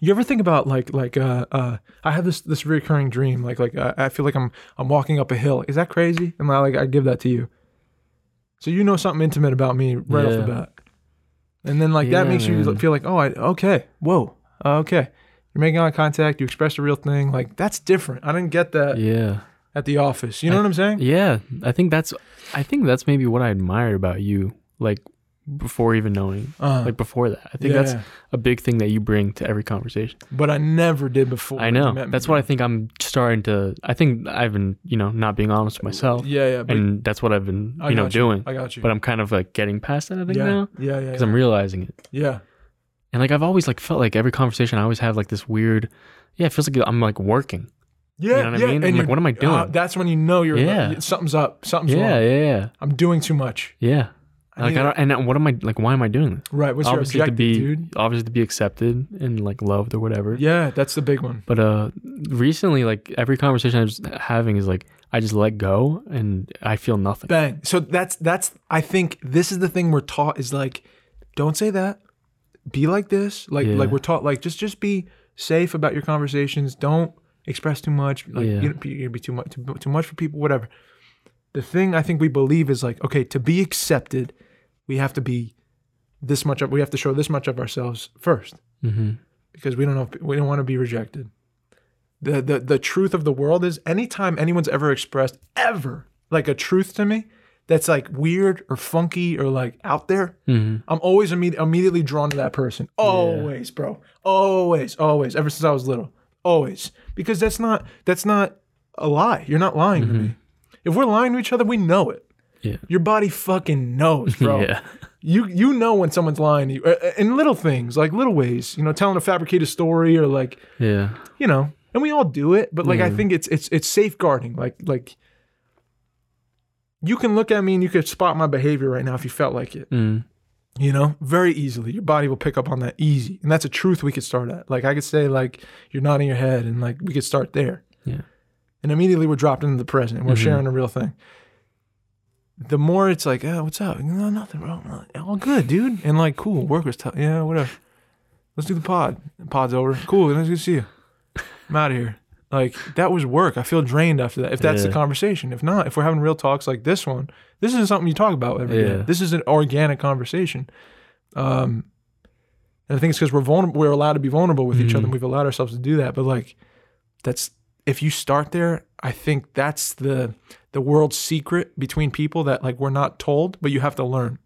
Speaker 2: you ever think about like like uh uh I have this this recurring dream like like uh, I feel like I'm I'm walking up a hill. Is that crazy? And I, like I give that to you. So you know something intimate about me right off the
Speaker 1: Yeah.
Speaker 2: bat, and then like that
Speaker 1: Yeah,
Speaker 2: makes you
Speaker 1: man.
Speaker 2: feel like oh I okay whoa uh, okay you're making eye contact you express the real thing like that's different. I didn't get that
Speaker 1: Yeah.
Speaker 2: at the office. You know what I'm saying?
Speaker 1: Yeah, I think that's I think that's maybe what I admired about you, like before even knowing,
Speaker 2: Uh,
Speaker 1: like before that. I think
Speaker 2: yeah,
Speaker 1: that's a big thing that you bring to every conversation.
Speaker 2: but I never did before.
Speaker 1: I know. That's what I think I'm starting to. I think I've been, you know, not being honest with myself,
Speaker 2: Yeah yeah. But
Speaker 1: and that's what I've been,
Speaker 2: I
Speaker 1: you know,
Speaker 2: got
Speaker 1: doing.
Speaker 2: I got you.
Speaker 1: But I'm kind of like getting past that. I think
Speaker 2: yeah,
Speaker 1: now
Speaker 2: yeah yeah
Speaker 1: because
Speaker 2: yeah
Speaker 1: I'm realizing it.
Speaker 2: yeah
Speaker 1: And like I've always like felt like every conversation I always have like this weird. Yeah, it feels like I'm like working.
Speaker 2: yeah.
Speaker 1: know what I
Speaker 2: yeah.
Speaker 1: mean? I'm like,
Speaker 2: you're-
Speaker 1: what am I doing?
Speaker 2: uh, that's when you know you're
Speaker 1: Yeah.
Speaker 2: something's up. Something's wrong.
Speaker 1: Yeah, yeah, yeah,
Speaker 2: I'm doing too much.
Speaker 1: yeah. Like
Speaker 2: need
Speaker 1: I don't, and uh, what am I like? Why am I doing this?
Speaker 2: Right. What's your
Speaker 1: obviously
Speaker 2: objective,
Speaker 1: to be
Speaker 2: dude?
Speaker 1: obviously to be accepted and like loved or whatever.
Speaker 2: Yeah, that's the big one.
Speaker 1: But uh, recently, like every conversation I was having is like I just let go and I feel nothing.
Speaker 2: Bang. So that's that's I think this is the thing we're taught is like, don't say that. Be like this. Like
Speaker 1: Yeah.
Speaker 2: like we're taught like just just be safe about your conversations. Don't express too much. Like
Speaker 1: Yeah.
Speaker 2: you don't be, you'd be too much too, too much for people. Whatever. The thing I think we believe is like okay to be accepted, we have to be this much of we have to show this much of ourselves first.
Speaker 1: hmm
Speaker 2: because we don't know if, we don't want to be rejected. The, the the truth of the world is anytime anyone's ever expressed ever like a truth to me, that's like weird or funky or like out there,
Speaker 1: Mm-hmm.
Speaker 2: I'm always imme- immediately drawn to that person. Always, bro. Always, always. Ever since I was little, always. Because that's not that's not a lie. You're not lying to me. If we're lying to each other, we know it.
Speaker 1: Mm-hmm. Yeah.
Speaker 2: Your body fucking knows, bro.
Speaker 1: Yeah.
Speaker 2: You you know when someone's lying to you Uh, uh, in little things like little ways. You know, telling a fabricated story or like
Speaker 1: Yeah.
Speaker 2: you know. And we all do it, but like I think it's it's it's safeguarding. Like like. You can look at me and you could spot my behavior right now if you felt like it
Speaker 1: Mm.
Speaker 2: you know very easily your body will pick up on that easy and that's a truth we could start at like i could say like you're nodding your head and like we could start there
Speaker 1: Yeah. Mm-hmm.
Speaker 2: and immediately we're dropped into the present and we're sharing a real thing the more it's like oh what's up no nothing wrong all good dude and like cool workers tell yeah whatever let's do the pod pod's over cool nice to see you i'm out of here like that was work i feel drained after that if that's the
Speaker 1: Yeah.
Speaker 2: conversation if not if we're having real talks like this one this isn't something you talk about every day.
Speaker 1: Yeah.
Speaker 2: this is an organic conversation um, and I think it's because we're vulnerable. We're allowed to be vulnerable with each other, and we've allowed ourselves to do that. But like, that's if you start there, I think that's the the world's secret between people that like we're not told, but you have to learn.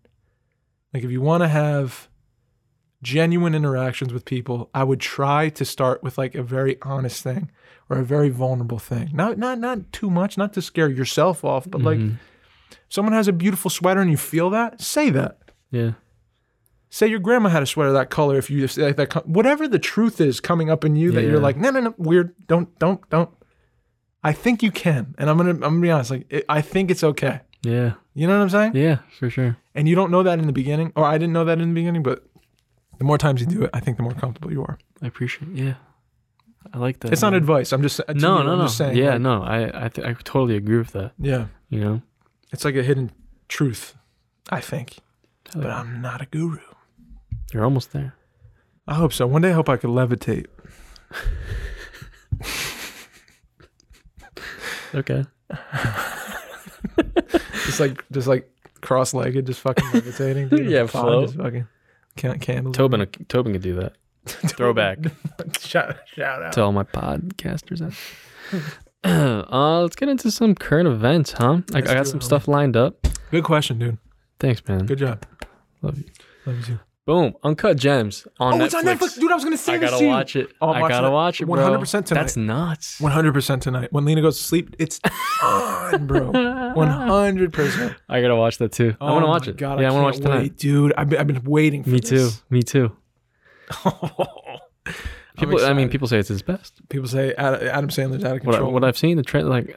Speaker 2: Like, if you want to have genuine interactions with people, I would try to start with like a very honest thing or a very vulnerable thing. Not not not too much, not to scare yourself off, but like, someone has a beautiful sweater and you feel that, say that
Speaker 1: Yeah.
Speaker 2: say your grandma had a sweater that color if you if that, that co- whatever the truth is coming up in you that
Speaker 1: Yeah.
Speaker 2: you're like no no no weird don't don't don't i think you can and i'm gonna i'm gonna be honest like it, i think it's okay
Speaker 1: Yeah.
Speaker 2: you know what i'm saying
Speaker 1: Yeah. For sure.
Speaker 2: and you don't know that in the beginning or i didn't know that in the beginning but the more times you do it i think the more comfortable you are
Speaker 1: I appreciate. Yeah. I like that.
Speaker 2: it's not
Speaker 1: man.
Speaker 2: advice i'm just uh, to
Speaker 1: No,
Speaker 2: you,
Speaker 1: no,
Speaker 2: I'm
Speaker 1: no.
Speaker 2: just saying
Speaker 1: yeah,
Speaker 2: like,
Speaker 1: no. I, I, th- I totally agree with that.
Speaker 2: yeah
Speaker 1: You know.
Speaker 2: it's like a hidden truth i think
Speaker 1: Hell
Speaker 2: but
Speaker 1: yeah.
Speaker 2: i'm not a guru
Speaker 1: You're almost there.
Speaker 2: i hope so one day i hope i could levitate
Speaker 1: Okay.
Speaker 2: just like just like cross-legged, just fucking levitating. Dude,
Speaker 1: Yeah,
Speaker 2: Fine,
Speaker 1: float.
Speaker 2: Just fucking can- candles.
Speaker 1: Tobin, uh, Tobin could do that. Throwback
Speaker 2: shout, shout out.
Speaker 1: to all my podcasters out. there. uh, let's get into some current events, huh? I, I
Speaker 2: Let's do it,
Speaker 1: got some
Speaker 2: homie.
Speaker 1: stuff lined up.
Speaker 2: Good question, dude.
Speaker 1: Thanks, man.
Speaker 2: Good job.
Speaker 1: Love you.
Speaker 2: Love you too. Oh,
Speaker 1: Boom! Uncut Gems on Netflix.
Speaker 2: dude. I was gonna say
Speaker 1: I gotta watch it.
Speaker 2: Oh, I'm
Speaker 1: I
Speaker 2: watching
Speaker 1: gotta
Speaker 2: it
Speaker 1: watch it, bro.
Speaker 2: 100% tonight.
Speaker 1: That's nuts.
Speaker 2: One hundred percent tonight. When Lena goes to sleep, it's on, bro. One hundred percent.
Speaker 1: I gotta watch that too. I want to watch it.
Speaker 2: Oh God,
Speaker 1: yeah, I, want to
Speaker 2: can't
Speaker 1: watch tonight.
Speaker 2: wait, dude. I've been, I've been waiting. for
Speaker 1: Me too.
Speaker 2: this.
Speaker 1: Me too.
Speaker 2: I'm
Speaker 1: People, I mean,
Speaker 2: excited.
Speaker 1: people say it's his best.
Speaker 2: people say Ad- Adam Sandler's out of
Speaker 1: What, I,
Speaker 2: control.
Speaker 1: what I've seen, the trend, like,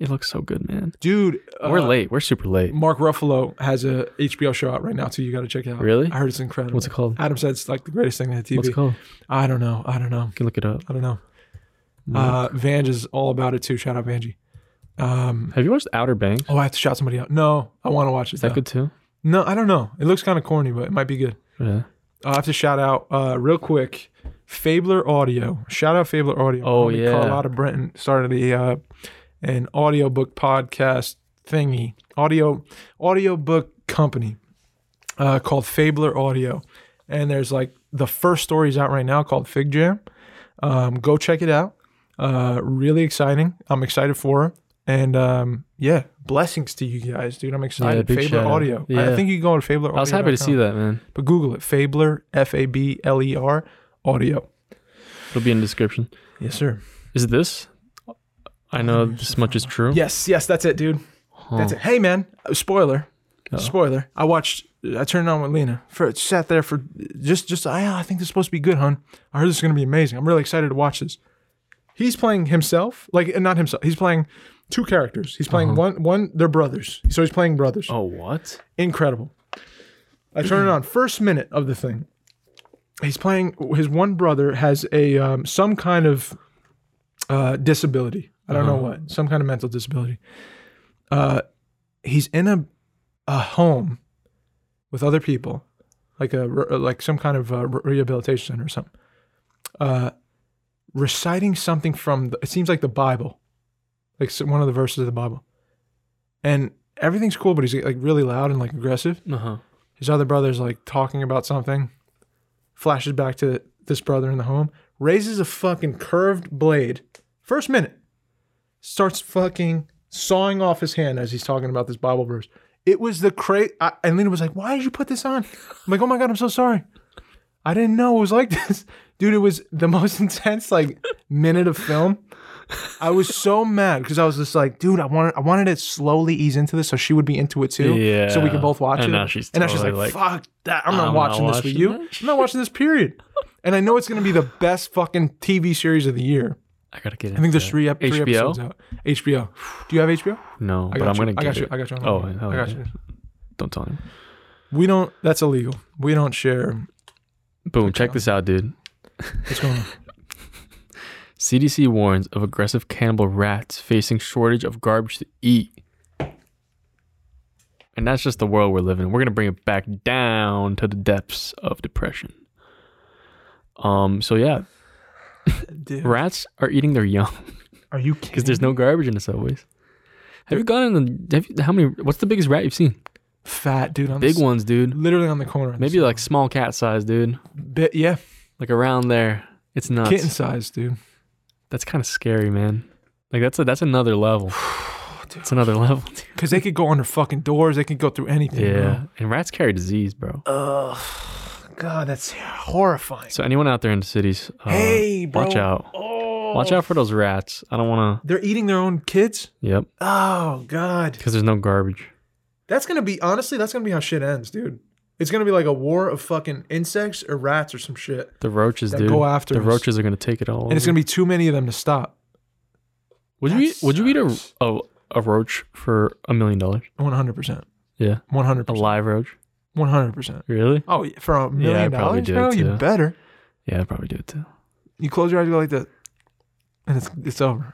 Speaker 1: it looks so good, man.
Speaker 2: dude,
Speaker 1: We're
Speaker 2: uh,
Speaker 1: late. We're super late.
Speaker 2: Mark Ruffalo has a HBO show out right now too. You got to check it out.
Speaker 1: Really?
Speaker 2: I heard it's incredible.
Speaker 1: What's it called?
Speaker 2: Adam said it's like the greatest thing on TV.
Speaker 1: What's it called?
Speaker 2: I don't know. I don't know.
Speaker 1: You can look it up.
Speaker 2: I don't know. Uh, Vange is all about it too. Shout out Vanjie. Um,
Speaker 1: Have you watched Outer Banks?
Speaker 2: oh, I have to shout somebody out. No, I want to watch it.
Speaker 1: Is that
Speaker 2: though.
Speaker 1: good too?
Speaker 2: No, I don't know. It looks kind of corny, but it might be good.
Speaker 1: Yeah.
Speaker 2: I have to shout out uh, real quick. Fabler Audio. Shout out Fabler Audio.
Speaker 1: Oh,
Speaker 2: Homie
Speaker 1: yeah.
Speaker 2: Carlotta Brenton started a uh, an audiobook podcast thingy. Audio audiobook company uh, called Fabler Audio. And there's like the first story's out right now called Fig Jam. Um, go check it out. Uh, really exciting. I'm excited for her. And um, yeah, blessings to you guys, dude. I'm excited.
Speaker 1: big
Speaker 2: Fabler
Speaker 1: shout out.
Speaker 2: Audio. I
Speaker 1: Yeah.
Speaker 2: think you can go on Fabler
Speaker 1: I was happy to see that, man.
Speaker 2: but Google it. Fabler, F A B L E R, audio.
Speaker 1: It'll be in the description.
Speaker 2: Yes, sir.
Speaker 1: Is this? I know
Speaker 2: Mm.
Speaker 1: this much is true.
Speaker 2: Yes, yes, that's it, dude. That's it. Hey, man, uh, spoiler, spoiler. I watched. I turned it on with Lena. For sat there for just, just. I, I think this is supposed to be good, hun. I heard this is gonna be amazing. I'm really excited to watch this. He's playing himself, like uh, not himself. He's playing two characters. He's playing one, one. They're brothers, so he's playing brothers.
Speaker 1: Oh, what?
Speaker 2: incredible. I turn it on. First minute of the thing, he's playing. His one brother has a um, some kind of uh, disability. I don't know what. Some kind of mental disability. Uh, he's in a a home with other people, like a re- like some kind of uh, re- rehabilitation center or something. Uh, reciting something from the, it seems like the Bible, like s- one of the verses of the Bible, and everything's cool, but he's like really loud and like aggressive.
Speaker 1: Uh huh.
Speaker 2: His other brother's like talking about something, flashes back to this brother in the home, raises a fucking curved blade. First minute, starts fucking sawing off his hand as he's talking about this Bible verse. It was the cra I, and Lena was like, "Why did you put this on?" I'm like, "Oh my god, I'm so sorry. I didn't know it was like this, dude. It was the most intense like minute of film. I was so mad because I was just like, dude, I wanted I wanted to slowly ease into this so she would be into it too, so we
Speaker 1: Yeah.
Speaker 2: could both watch
Speaker 1: And
Speaker 2: it.
Speaker 1: now she's
Speaker 2: and now she's like,
Speaker 1: totally
Speaker 2: fuck that. I'm not
Speaker 1: I'm not
Speaker 2: watching this
Speaker 1: watching
Speaker 2: with you.
Speaker 1: that.
Speaker 2: I'm not watching this. Period. And I know it's gonna be the best fucking TV series of the year.
Speaker 1: I gotta get.
Speaker 2: I think there's three, ep- three
Speaker 1: HBO?
Speaker 2: episodes out. HBO. Do you have HBO?
Speaker 1: No, but
Speaker 2: I got
Speaker 1: I'm
Speaker 2: you.
Speaker 1: gonna.
Speaker 2: I
Speaker 1: Get
Speaker 2: got
Speaker 1: it.
Speaker 2: you. I got you.
Speaker 1: Oh,
Speaker 2: I
Speaker 1: okay.
Speaker 2: got you.
Speaker 1: Don't tell him.
Speaker 2: We don't. That's illegal. We don't share.
Speaker 1: Boom! Check this out, dude.
Speaker 2: What's going on?
Speaker 1: CDC warns of aggressive cannibal rats facing shortage of garbage to eat. And that's just the world we're living in. We're gonna bring it back down to the depths of depression. Um. So yeah,
Speaker 2: Dude,
Speaker 1: rats are eating their young
Speaker 2: are you kidding?
Speaker 1: because there's no garbage in the subways. Have you gone in the? Have you, how many? What's the biggest rat you've seen?
Speaker 2: fat dude on
Speaker 1: Big
Speaker 2: the, s-
Speaker 1: ones, dude.
Speaker 2: Literally on the corner. on
Speaker 1: Maybe like small cat size, dude.
Speaker 2: the bit, yeah,
Speaker 1: Like around there. It's nuts.
Speaker 2: kitten size, dude.
Speaker 1: That's kind of scary, man. Like that's a, that's another level. It's another level. dude.
Speaker 2: Because they could go under fucking doors. They could go through anything.
Speaker 1: Yeah, and rats carry disease, bro.
Speaker 2: Ugh. God, that's horrifying.
Speaker 1: So anyone out there in the cities, uh,
Speaker 2: hey, bro.
Speaker 1: watch out,
Speaker 2: Oh.
Speaker 1: watch out for those rats. I don't want
Speaker 2: They're eating their own kids.
Speaker 1: to. Yep,
Speaker 2: Oh God.
Speaker 1: because there's no garbage.
Speaker 2: That's gonna be honestly. That's gonna be how shit ends, dude. It's gonna be like a war of fucking insects or rats or some shit,
Speaker 1: The roaches,
Speaker 2: Then
Speaker 1: dude.
Speaker 2: go after
Speaker 1: the
Speaker 2: us.
Speaker 1: roaches are gonna take it all.
Speaker 2: and it's
Speaker 1: over.
Speaker 2: gonna be too many of them to stop.
Speaker 1: would you
Speaker 2: That
Speaker 1: eat, would you eat a,
Speaker 2: sucks.
Speaker 1: a a roach for a million dollars?
Speaker 2: One hundred percent.
Speaker 1: Yeah,
Speaker 2: One hundred
Speaker 1: a
Speaker 2: percent.
Speaker 1: live roach.
Speaker 2: One hundred percent.
Speaker 1: Really?
Speaker 2: Oh, yeah, for a million
Speaker 1: I'd probably
Speaker 2: dollars,
Speaker 1: do
Speaker 2: bro,
Speaker 1: it
Speaker 2: you
Speaker 1: too.
Speaker 2: better.
Speaker 1: Yeah, I'd probably do it too.
Speaker 2: You close your eyes, you go like that, and it's it's over.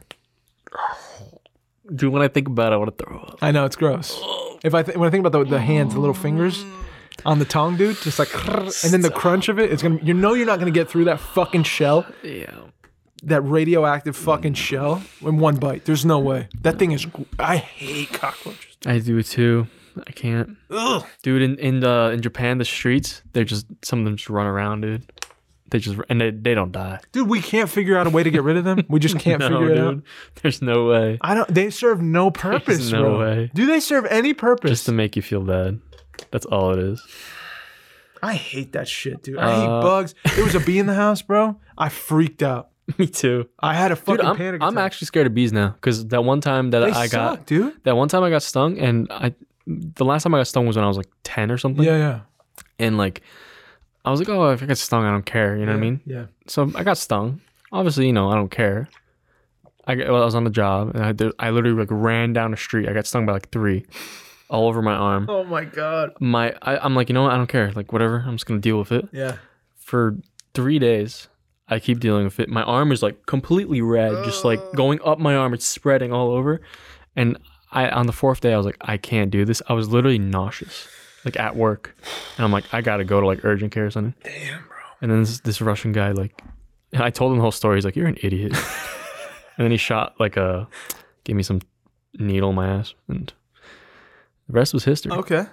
Speaker 1: Dude, when I think about it, I want to throw up.
Speaker 2: I know it's gross. If I th- when I think about the, the hands, the little fingers on the tongue, dude, just like, and then the crunch of it, it's gonna. You know, you're not gonna get through that fucking shell,
Speaker 1: Yeah.
Speaker 2: that radioactive fucking shell, in one bite. There's no way. That thing is. gr- I hate cockroaches.
Speaker 1: I do too. I can't,
Speaker 2: Ugh.
Speaker 1: dude. In in uh, in Japan, the streets they just some of them just run around, dude. They just and they, they don't die.
Speaker 2: Dude, we can't figure out a way to get rid of them. We just can't figure it out.
Speaker 1: There's no way.
Speaker 2: I don't. They serve no purpose.
Speaker 1: no
Speaker 2: bro.
Speaker 1: way.
Speaker 2: Do they serve any purpose?
Speaker 1: Just to make you feel bad. That's all it is.
Speaker 2: I hate that shit, dude. I hate
Speaker 1: Uh,
Speaker 2: bugs. There was a bee in the house, bro. I freaked out.
Speaker 1: Me too.
Speaker 2: I had a fucking
Speaker 1: Dude, I'm,
Speaker 2: panic
Speaker 1: I'm
Speaker 2: attack.
Speaker 1: actually scared of bees now because that one time that
Speaker 2: they
Speaker 1: I
Speaker 2: suck,
Speaker 1: got
Speaker 2: dude.
Speaker 1: that one time I got stung and I the last time I got stung was when I was like ten or something.
Speaker 2: Yeah, yeah.
Speaker 1: And like I was like, oh, if I get stung, I don't care. You know what I mean?
Speaker 2: Yeah.
Speaker 1: So I got stung. Obviously, you know, I don't care. I, got- well, I was on the job and I, there, I literally like ran down the street. I got stung by like three, all over my arm.
Speaker 2: Oh my god.
Speaker 1: My I, I'm like, you know what? I don't care. Like whatever. I'm just gonna deal with it.
Speaker 2: Yeah.
Speaker 1: for three days. I keep dealing with it. My arm is like completely red, just like going up my arm. It's spreading all over. And I on the fourth day, I was like, I can't do this. I was literally nauseous, like at work. And I'm like, I gotta go to like urgent care or something. Damn, bro. And then this this Russian guy, like, and I told him the whole story. He's like, you're an idiot. and then he shot like a, gave me some needle in my ass, and the rest was history.
Speaker 2: Okay.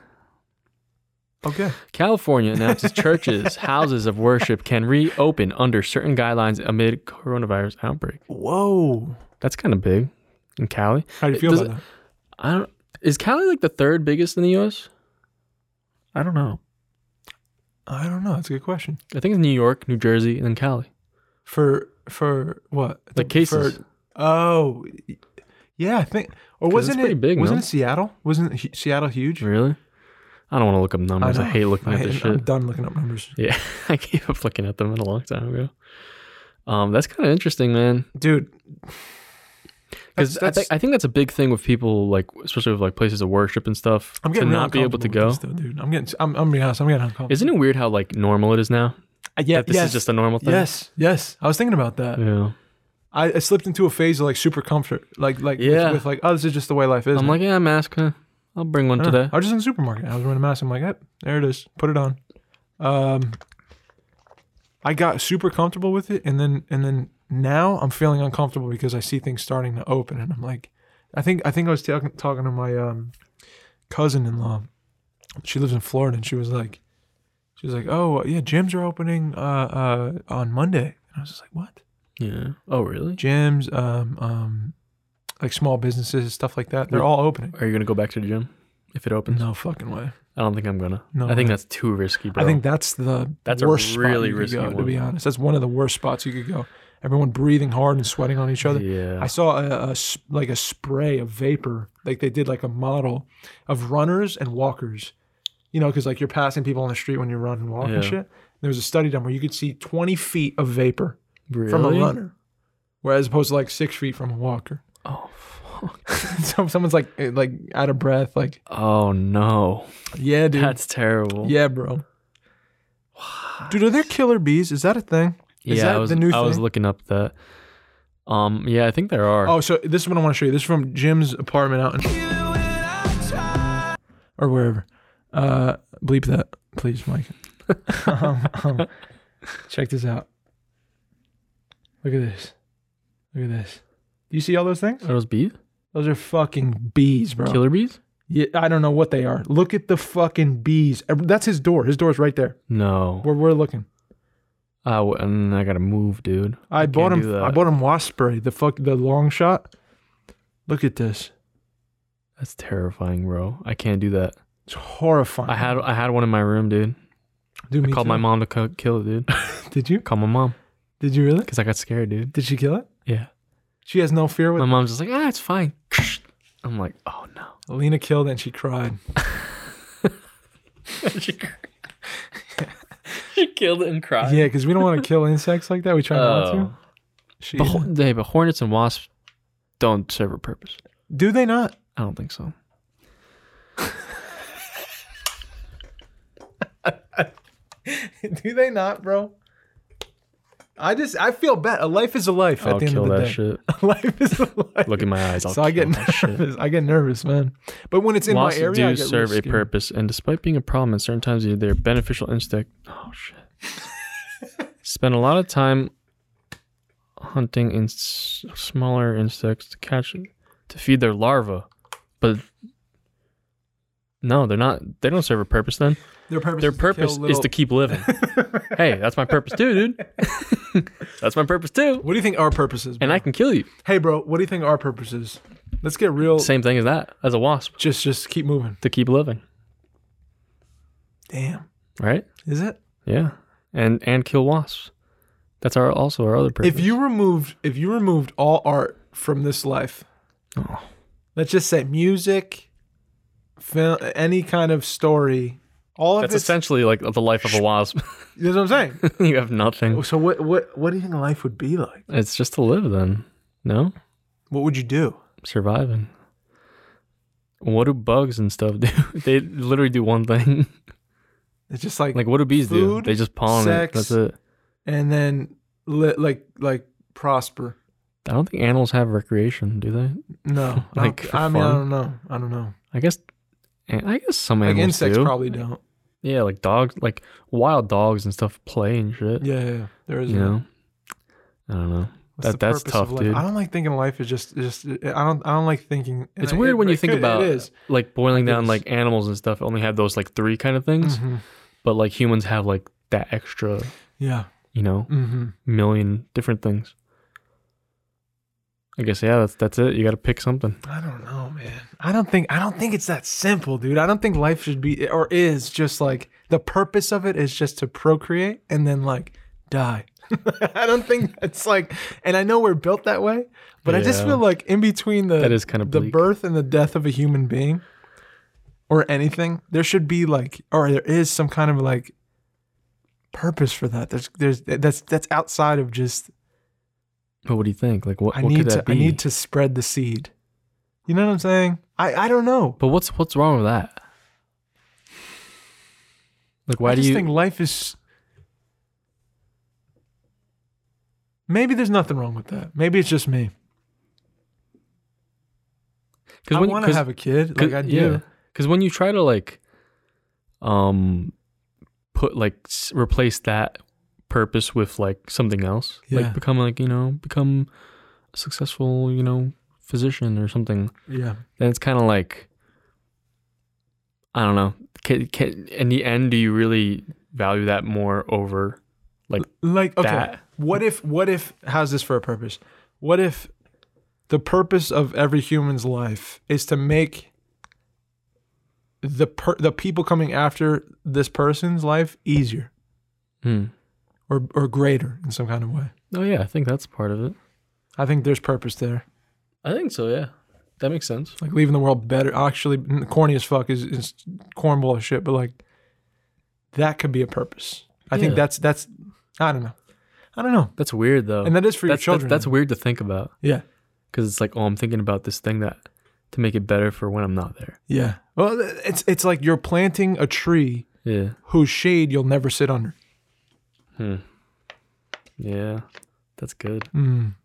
Speaker 2: Okay.
Speaker 1: California announces churches, houses of worship can reopen under certain guidelines amid coronavirus outbreak.
Speaker 2: Whoa.
Speaker 1: That's kind of big in Cali.
Speaker 2: How do you feel
Speaker 1: Does
Speaker 2: about
Speaker 1: I don't is Cali like the third biggest in the US? I don't know.
Speaker 2: that? I don't know. That's a good question.
Speaker 1: I think it's New York, New Jersey, and then Cali.
Speaker 2: For for what?
Speaker 1: The cases.
Speaker 2: For, oh. Yeah, I think
Speaker 1: 'Cause
Speaker 2: or
Speaker 1: it's
Speaker 2: wasn't
Speaker 1: pretty
Speaker 2: it
Speaker 1: big, no?
Speaker 2: wasn't it Seattle? Wasn't hu- Seattle huge?
Speaker 1: really? I don't want to look up numbers. I,
Speaker 2: know.
Speaker 1: hate looking at
Speaker 2: I
Speaker 1: this
Speaker 2: hate- I'm
Speaker 1: shit.
Speaker 2: done looking up numbers.
Speaker 1: Yeah. I gave up looking at them a long time ago. Um, that's kind of interesting, man.
Speaker 2: Dude.
Speaker 1: Because I,
Speaker 2: That's-
Speaker 1: think I think that's a big thing with people, like especially with like places of worship and stuff,
Speaker 2: I'm
Speaker 1: to
Speaker 2: getting real
Speaker 1: not be able to
Speaker 2: uncomfortable
Speaker 1: go.
Speaker 2: with this though, dude. I'm getting I'm, I'm being honest, I'm getting uncomfortable.
Speaker 1: Isn't it weird how like normal it is now?
Speaker 2: Uh, yeah,
Speaker 1: That this
Speaker 2: yes,
Speaker 1: is just a normal thing.
Speaker 2: Yes, yes. I was thinking about that.
Speaker 1: Yeah.
Speaker 2: I, I slipped into a phase of like super comfort, like like with-
Speaker 1: Yeah.
Speaker 2: with, like oh, this is just the way life is.
Speaker 1: I'm
Speaker 2: now.
Speaker 1: like, yeah, mask. huh? I'll bring one
Speaker 2: I don't know.
Speaker 1: today.
Speaker 2: I was just in the supermarket. I was wearing a mask. I'm like, yep, there it is. Put it on. Um, I got super comfortable with it, and then and then now I'm feeling uncomfortable because I see things starting to open, and I'm like, I think I think I was talking talking to my um, cousin-in-law. She lives in Florida, and she was like, she was like, oh yeah, gyms are opening uh, uh, on Monday, and I was just like, what?
Speaker 1: Yeah. Oh, really?
Speaker 2: Gyms, um, um, like small businesses, stuff like that. They're all opening.
Speaker 1: Are you gonna go back to the gym? if it opens.
Speaker 2: No fucking way.
Speaker 1: I don't think I'm gonna.
Speaker 2: No
Speaker 1: I think
Speaker 2: way.
Speaker 1: that's too risky, bro.
Speaker 2: I think that's the
Speaker 1: That's a
Speaker 2: worst
Speaker 1: really
Speaker 2: spot you
Speaker 1: risky
Speaker 2: could go, to
Speaker 1: one.
Speaker 2: be honest. That's one of the worst spots you could go. Everyone breathing hard and sweating on each other.
Speaker 1: Yeah.
Speaker 2: I saw a, a s- like a spray of vapor, like they did like a model of runners and walkers. You know, because like you're passing people on the street when you run and walk
Speaker 1: Yeah.
Speaker 2: and shit. There was a study done where you could see 20 feet of vapor
Speaker 1: really?
Speaker 2: from a runner, whereas opposed to like six feet from a walker.
Speaker 1: Oh fuck.
Speaker 2: so if someone's like eh, like out of breath, like
Speaker 1: Oh no.
Speaker 2: yeah, dude,
Speaker 1: That's terrible.
Speaker 2: yeah, bro. Dude, are there killer bees? Is that a thing? Is
Speaker 1: yeah,
Speaker 2: that
Speaker 1: I was,
Speaker 2: the new
Speaker 1: I was
Speaker 2: thing?
Speaker 1: looking up that. Um. Yeah, I think there are.
Speaker 2: Oh, so this is what I want to show you. This is from Jim's apartment out in or wherever. Uh, bleep that, please, Mike. um, um, check this out. Look at this. Look at this. Do you see all those things?
Speaker 1: Are those bees?
Speaker 2: Those are fucking bees, bro.
Speaker 1: Killer bees?
Speaker 2: Yeah, I don't know what they are. Look at the fucking bees. Uh, That's his door. His door's right there.
Speaker 1: No.
Speaker 2: Where we're looking.
Speaker 1: I w- mm, I gotta move, dude.
Speaker 2: I
Speaker 1: can't
Speaker 2: bought
Speaker 1: do
Speaker 2: him.
Speaker 1: that.
Speaker 2: I bought him wasp spray. The fuck, the long shot. Look at this.
Speaker 1: That's terrifying, bro. I can't do that.
Speaker 2: It's horrifying.
Speaker 1: I had I had one in my room, dude.
Speaker 2: Dude,
Speaker 1: I
Speaker 2: me
Speaker 1: called
Speaker 2: too.
Speaker 1: my mom to co- kill it, dude.
Speaker 2: Did you?
Speaker 1: Call my mom
Speaker 2: Did you really?
Speaker 1: because I got scared, dude.
Speaker 2: Did she kill it?
Speaker 1: Yeah.
Speaker 2: She has no fear
Speaker 1: My
Speaker 2: with.
Speaker 1: mom's just like, ah, it's fine. I'm like, oh no.
Speaker 2: Lena killed and she cried.
Speaker 1: she, she killed it and cried.
Speaker 2: Yeah, because we don't want to kill insects like that. We try not to.
Speaker 1: Oh.
Speaker 2: She,
Speaker 1: But, ho- hey, but hornets and wasps don't serve a purpose.
Speaker 2: do they not?
Speaker 1: I don't think so.
Speaker 2: do they not, bro? I just I feel bad. A life is a life
Speaker 1: I'll
Speaker 2: at the end
Speaker 1: kill
Speaker 2: of the
Speaker 1: that
Speaker 2: day.
Speaker 1: shit.
Speaker 2: A life is a life.
Speaker 1: Look in my eyes. I'll
Speaker 2: so I get
Speaker 1: kill that shit.
Speaker 2: nervous. I get nervous, man. But when it's in
Speaker 1: Wasps
Speaker 2: my area, I
Speaker 1: do
Speaker 2: get really
Speaker 1: serve a
Speaker 2: scared.
Speaker 1: purpose, and despite being a problem at certain times, they're a beneficial insect. Oh shit! Spend a lot of time hunting in s- smaller insects to catch to feed their larvae, but no, they're not. They don't serve a purpose. Then
Speaker 2: Their purpose,
Speaker 1: their
Speaker 2: is to kill
Speaker 1: purpose is
Speaker 2: little-
Speaker 1: to keep living. hey, that's my purpose too, dude. that's my purpose too,
Speaker 2: What do you think our purpose is?
Speaker 1: and
Speaker 2: bro?
Speaker 1: I can kill you.
Speaker 2: hey, bro, what do you think our purpose is? Let's get real.
Speaker 1: Same thing as that as a wasp
Speaker 2: Just, just keep moving.
Speaker 1: to keep living,
Speaker 2: Damn,
Speaker 1: right?
Speaker 2: is it?
Speaker 1: Yeah, and and kill wasps. That's our also our other purpose.
Speaker 2: If you removed, if you removed all art from this life,
Speaker 1: Oh.
Speaker 2: let's just say music, film, any kind of story, all
Speaker 1: that's
Speaker 2: of it's.
Speaker 1: essentially like the life of a wasp.
Speaker 2: That's what I'm saying.
Speaker 1: you have nothing.
Speaker 2: so what, what, what do you think life would be like?
Speaker 1: It's just to live. Then no
Speaker 2: What would you do?
Speaker 1: surviving. What do bugs and stuff do? they literally do one thing.
Speaker 2: It's just like,
Speaker 1: like what do bees
Speaker 2: Food,
Speaker 1: do? They just pollinate.
Speaker 2: sex.
Speaker 1: That's it.
Speaker 2: and then li- like, like prosper.
Speaker 1: I don't think animals have recreation, do they?
Speaker 2: No, I
Speaker 1: Like,
Speaker 2: don't-
Speaker 1: for
Speaker 2: I mean, I
Speaker 1: fun?
Speaker 2: don't know. I don't know.
Speaker 1: I guess. an- I guess some
Speaker 2: Like
Speaker 1: animals
Speaker 2: insects
Speaker 1: do.
Speaker 2: probably don't.
Speaker 1: Yeah, like dogs, like wild dogs and stuff play and shit.
Speaker 2: Yeah, yeah, yeah. there is.
Speaker 1: You know. I don't know. that- that's
Speaker 2: purpose
Speaker 1: tough,
Speaker 2: of life?
Speaker 1: dude.
Speaker 2: I don't like thinking life is just just. I don't. I don't like thinking. and
Speaker 1: It's
Speaker 2: I-
Speaker 1: weird
Speaker 2: it-
Speaker 1: when you
Speaker 2: it
Speaker 1: think
Speaker 2: could-
Speaker 1: about
Speaker 2: It is.
Speaker 1: like boiling down
Speaker 2: is.
Speaker 1: like animals and stuff only have those like three kind of things,
Speaker 2: Mhm.
Speaker 1: but like humans have like that extra,
Speaker 2: Yeah.
Speaker 1: you know,
Speaker 2: Mm-hmm.
Speaker 1: million different things. I guess yeah, that's that's it. You got to pick something.
Speaker 2: I don't know, man. I don't think I don't think it's that simple, dude. I don't think life should be or is just like the purpose of it is just to procreate and then like die. I don't think it's like and I know we're built that way, but I just
Speaker 1: Yeah.
Speaker 2: feel like in between the
Speaker 1: That is kind of
Speaker 2: the
Speaker 1: bleak.
Speaker 2: birth and the death of a human being or anything, there should be like or there is some kind of like purpose for that. There's there's that's that's outside of just
Speaker 1: but what do you think? Like what,
Speaker 2: I
Speaker 1: what
Speaker 2: need
Speaker 1: could
Speaker 2: to
Speaker 1: that be?
Speaker 2: I need to spread the seed. You know what I'm saying? I I don't know.
Speaker 1: But what's what's wrong with that? Like why
Speaker 2: I
Speaker 1: do
Speaker 2: just
Speaker 1: you?
Speaker 2: think life is maybe there's nothing wrong with that maybe it's just me i
Speaker 1: when-
Speaker 2: want to have a kid like i do
Speaker 1: Because when you try to like, um, put like s- replace that purpose with like something else,
Speaker 2: Yeah.
Speaker 1: like become like you know become a successful you know physician or something,
Speaker 2: yeah
Speaker 1: then it's kind of like, I don't know. Can, can, in the end, do you really value that more over?
Speaker 2: like okay
Speaker 1: That-
Speaker 2: what if what if how's this for a purpose what if the purpose of every human's life is to make the per- the people coming after this person's life easier
Speaker 1: Hmm.
Speaker 2: or or greater in some kind of way.
Speaker 1: Oh yeah, I think that's part of it.
Speaker 2: I think there's purpose there.
Speaker 1: I think so. Yeah, that makes sense.
Speaker 2: Like leaving the world better. Actually, mm, corny as fuck is, is cornball as shit, but like that could be a purpose. I think
Speaker 1: Yeah.
Speaker 2: that's that's I don't know. I don't know.
Speaker 1: That's weird though.
Speaker 2: And that is for
Speaker 1: that's,
Speaker 2: your
Speaker 1: that's-
Speaker 2: children.
Speaker 1: that's weird to think about
Speaker 2: yeah.
Speaker 1: because it's like, oh, I'm thinking about this thing that to make it better for when I'm not there.
Speaker 2: Yeah. Well, th- it's it's like you're planting a tree
Speaker 1: Yeah.
Speaker 2: whose shade you'll never sit under.
Speaker 1: Yeah. That's good.
Speaker 2: Mm.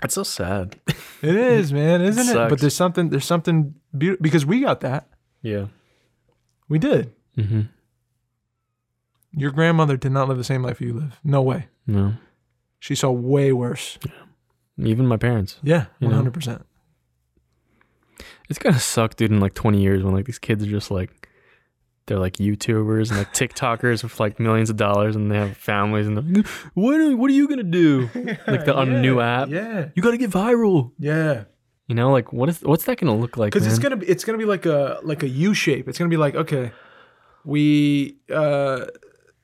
Speaker 1: That's so sad.
Speaker 2: It is, man, isn't it?
Speaker 1: Mm-hmm. sucks.
Speaker 2: But there's something there's something beautiful because we got that.
Speaker 1: yeah.
Speaker 2: We did.
Speaker 1: Mm-hmm.
Speaker 2: Your grandmother did not live the same life you live. No way.
Speaker 1: No.
Speaker 2: She saw way worse.
Speaker 1: Even my parents.
Speaker 2: Yeah,
Speaker 1: You know?
Speaker 2: one hundred percent.
Speaker 1: It's gonna suck, dude, in like 20 years when like these kids are just like, they're like YouTubers and like TikTokers with like millions of dollars and they have families and they're like, what are, what are you gonna do? Like the on a new app.
Speaker 2: Yeah,
Speaker 1: You gotta get viral.
Speaker 2: yeah.
Speaker 1: You know, like what is what's that gonna look like?
Speaker 2: Because it's
Speaker 1: man?
Speaker 2: gonna be it's gonna be like a like a U shape. It's gonna be like okay, we uh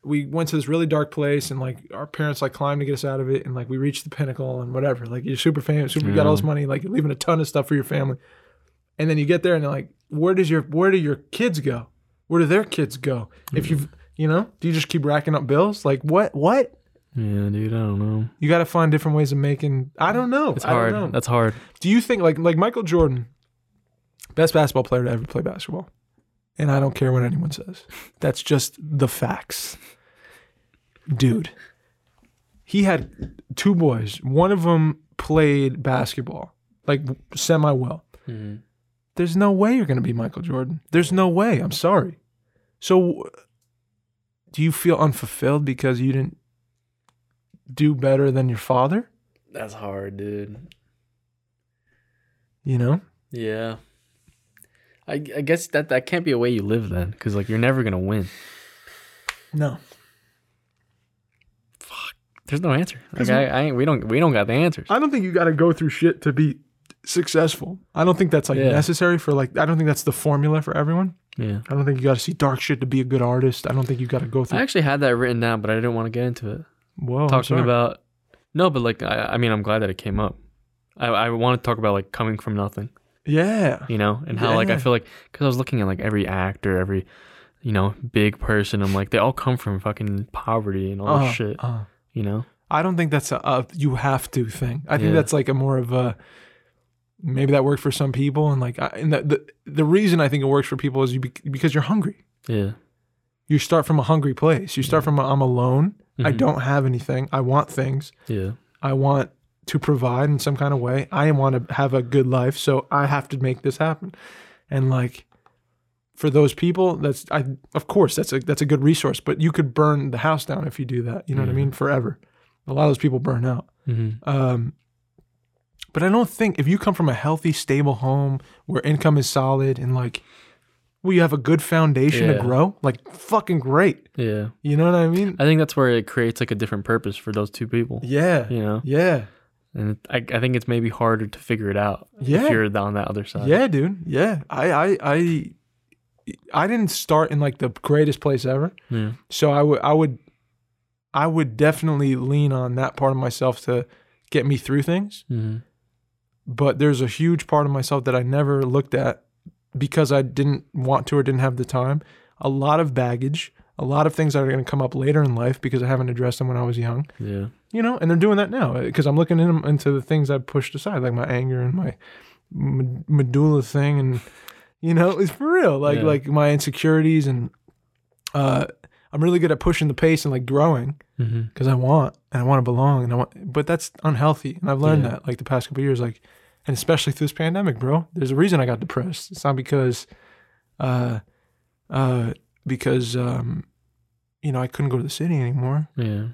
Speaker 2: we went to this really dark place and like our parents like climbed to get us out of it and like we reached the pinnacle and whatever. Like you're super famous, super, you got all this money, like you're leaving a ton of stuff for your family, and then you get there and they're like, where does your where do your kids go? Where do their kids go?
Speaker 1: Mm.
Speaker 2: If you've you know, do you just keep racking up bills? Like what what?
Speaker 1: Yeah, dude, I don't know.
Speaker 2: You got to find different ways of making. I don't know.
Speaker 1: It's
Speaker 2: I don't
Speaker 1: hard.
Speaker 2: know.
Speaker 1: That's hard.
Speaker 2: Do you think like like Michael Jordan, best basketball player to ever play basketball? And I don't care what anyone says. That's just the facts. Dude, he had two boys. One of them played basketball, like semi well. There's no way you're going to be Michael Jordan. There's no way. I'm sorry. So do you feel unfulfilled because you didn't do better than your father?
Speaker 1: That's hard, dude.
Speaker 2: You know?
Speaker 1: Yeah. I, I guess that that can't be a way you live then, because like you're never gonna win.
Speaker 2: No.
Speaker 1: There's no answer. Like I, I ain't, we don't we don't got the answers.
Speaker 2: I don't think you got to go through shit to be successful. I don't think that's like
Speaker 1: Yeah.
Speaker 2: necessary for like. I don't think that's the formula for everyone.
Speaker 1: yeah.
Speaker 2: I don't think you got to see dark shit to be a good artist. I don't think you got to go
Speaker 1: I
Speaker 2: through.
Speaker 1: actually had that written down, but I didn't want to get into it.
Speaker 2: Whoa, Oh, I'm
Speaker 1: Talking
Speaker 2: sorry.
Speaker 1: about no, but like I, I mean, I'm glad that it came up. I, I want to talk about like coming from nothing,
Speaker 2: yeah,
Speaker 1: you know, and how like I
Speaker 2: Yeah.
Speaker 1: feel like because I was looking at like every actor, every you know big person, I'm like they all come from fucking poverty and all
Speaker 2: Uh,
Speaker 1: this shit,
Speaker 2: uh.
Speaker 1: you know.
Speaker 2: I don't think that's a, a you have to thing. I
Speaker 1: Yeah.
Speaker 2: think that's like a more of a maybe that worked for some people and like I, and the, the the reason I think it works for people is you bec because you're hungry.
Speaker 1: Yeah.
Speaker 2: You start from a hungry place. You start from a, I'm alone. I
Speaker 1: Mhm.
Speaker 2: don't have anything. I want things.
Speaker 1: Yeah.
Speaker 2: I want to provide in some kind of way. I want to have a good life, so I have to make this happen. And like for those people, that's I of course that's a that's a good resource, but you could burn the house down if you do that. You know what I mean? Forever. A lot of those people burn out.
Speaker 1: hmm
Speaker 2: Um, but I don't think if you come from a healthy, stable home where income is solid and like well, you have a good foundation
Speaker 1: Yeah.
Speaker 2: to grow, like fucking great.
Speaker 1: Yeah.
Speaker 2: You know what I mean?
Speaker 1: I think that's where it creates like a different purpose for those two people,
Speaker 2: Yeah.
Speaker 1: you know?
Speaker 2: Yeah.
Speaker 1: And I, I think it's maybe harder to figure it out
Speaker 2: Yeah.
Speaker 1: if you're on that other side.
Speaker 2: Yeah, dude. Yeah, I, I, I, I didn't start in like the greatest place ever,
Speaker 1: Yeah.
Speaker 2: so I would, I would, I would definitely lean on that part of myself to get me through things.
Speaker 1: hmm
Speaker 2: But there's a huge part of myself that I never looked at because I didn't want to or didn't have the time. A lot of baggage, a lot of things that are going to come up later in life because I haven't addressed them when I was young
Speaker 1: Yeah.
Speaker 2: you know, and they're doing that now because I'm looking in, into the things I pushed aside, like my anger and my med- medulla thing, and you know, it's for real, like
Speaker 1: Yeah.
Speaker 2: like my insecurities, and uh, I'm really good at pushing the pace and like growing
Speaker 1: hmm
Speaker 2: because I want and I want to belong and I want, but that's unhealthy, and I've learned
Speaker 1: Yeah.
Speaker 2: that like the past couple of years, like, and especially through this pandemic, bro. There's a reason I got depressed. It's not because, uh, uh, because um, you know, I couldn't go to the city anymore.
Speaker 1: Yeah.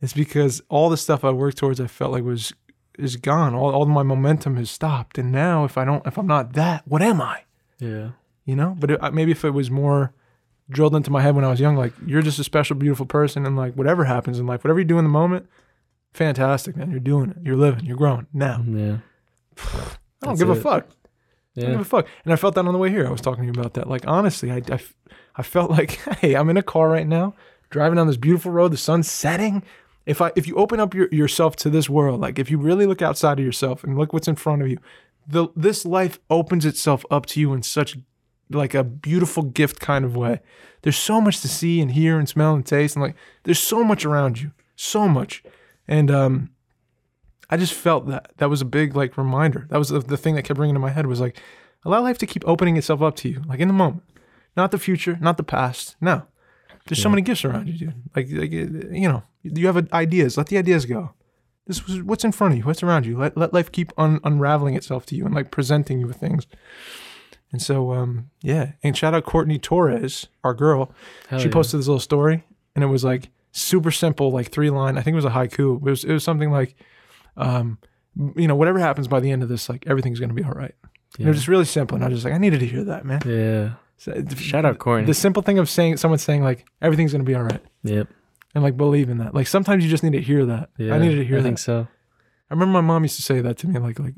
Speaker 2: It's because all the stuff I worked towards, I felt like was is gone. All all my momentum has stopped, and now if I don't, if I'm not that, what am I?
Speaker 1: Yeah.
Speaker 2: You know. But it, maybe if it was more drilled into my head when I was young, like you're just a special, beautiful person, and like whatever happens in life, whatever you do in the moment, fantastic, man. You're doing it. You're living. You're growing now.
Speaker 1: Yeah.
Speaker 2: I don't
Speaker 1: That's
Speaker 2: give
Speaker 1: it.
Speaker 2: a fuck. I don't give
Speaker 3: Yeah.
Speaker 2: a fuck. And I felt that on the way here. I was talking to you about that. Like, honestly, I, I f- I felt like, hey, I'm in a car right now, driving down this beautiful road, the sun's setting. If I if you open up your, yourself to this world, like if you really look outside of yourself and look what's in front of you, the this life opens itself up to you in such like a beautiful gift kind of way. There's so much to see and hear and smell and taste and like there's so much around you. So much. And um I just felt that. That was a big like reminder. That was the, the thing that kept ringing in my head was like, allow life to keep opening itself up to you, like in the moment, not the future, not the past. No, there's so many gifts around you, dude. Like, like uh, you know, you have ideas. Let the ideas go. This was what's in front of you, what's around you. Let let life keep un- unraveling itself to you and like presenting you with things. And so, um, yeah. And shout out Courtney Torres, our girl.
Speaker 1: Hell
Speaker 2: she
Speaker 1: yeah.
Speaker 2: posted this little story, and it was like super simple, like three line. I think it was a haiku. It was it was something like, um, you know, whatever happens by the end of this, like everything's gonna be all right. And It was just really simple, and I was just like, I needed to hear that, man.
Speaker 1: Yeah.
Speaker 2: So, th-
Speaker 1: Shout out Corin.
Speaker 2: The simple thing of saying someone saying like everything's gonna be all right,
Speaker 1: Yep.
Speaker 2: and like believe in that. Like sometimes you just need to hear that.
Speaker 1: Yeah.
Speaker 2: I needed to hear
Speaker 1: I
Speaker 2: that.
Speaker 1: think so.
Speaker 2: I remember my mom used to say that to me, like like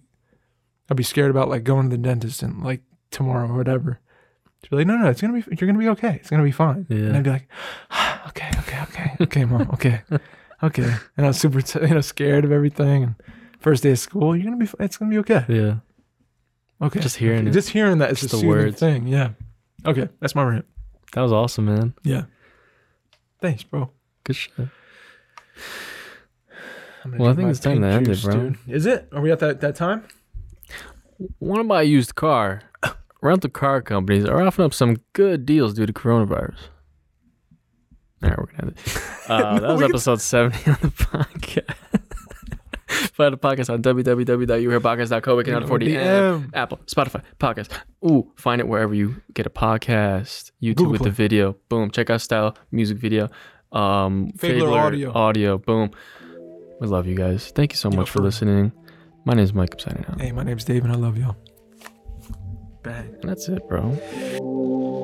Speaker 2: I'd be scared about like going to the dentist and like tomorrow or whatever. She'd be like, no, no, it's gonna be, you're gonna be okay. It's gonna be fine. And
Speaker 1: Yeah.
Speaker 2: I'd be like, okay, okay, okay, okay, mom, okay, okay. And I was super, t- you know, scared of everything. And first day of school, you're gonna be, f- it's gonna be okay.
Speaker 1: Yeah.
Speaker 2: Okay.
Speaker 1: Just hearing it.
Speaker 2: Just hearing that is
Speaker 1: Just
Speaker 2: a
Speaker 1: the
Speaker 2: soothing
Speaker 1: words.
Speaker 2: thing. Yeah. Okay, that's my rant.
Speaker 1: That was awesome, man.
Speaker 2: Yeah. Thanks, bro.
Speaker 1: Good shit.
Speaker 2: I'm gonna
Speaker 1: Well, I
Speaker 2: drink
Speaker 1: think
Speaker 2: my
Speaker 1: it's time
Speaker 2: pink
Speaker 1: to end it,
Speaker 2: juice,
Speaker 1: bro.
Speaker 2: dude. Is it? Are we at that, that time?
Speaker 1: Want to buy a used car? Rental car companies are offering up some good deals due to coronavirus. All right, we're gonna have it. Uh,
Speaker 2: No,
Speaker 1: that was
Speaker 2: we can-
Speaker 1: episode seventy on the podcast. Find the podcast on www.youhearpodcast.co. We can
Speaker 2: Or
Speaker 1: have 40
Speaker 2: DM.
Speaker 1: Apple, Spotify, podcast. Ooh, find it wherever you get a podcast. YouTube
Speaker 2: Google
Speaker 1: with the video. Boom. Check out style music video. Um,
Speaker 2: Fabler
Speaker 1: Fabler
Speaker 2: audio.
Speaker 1: Audio. Boom. We love you guys. Thank you so much for
Speaker 2: for-
Speaker 1: listening. My name is Mike. I'm signing out.
Speaker 2: Hey, my name's Dave, and I love y'all. Bang.
Speaker 1: And that's it, bro.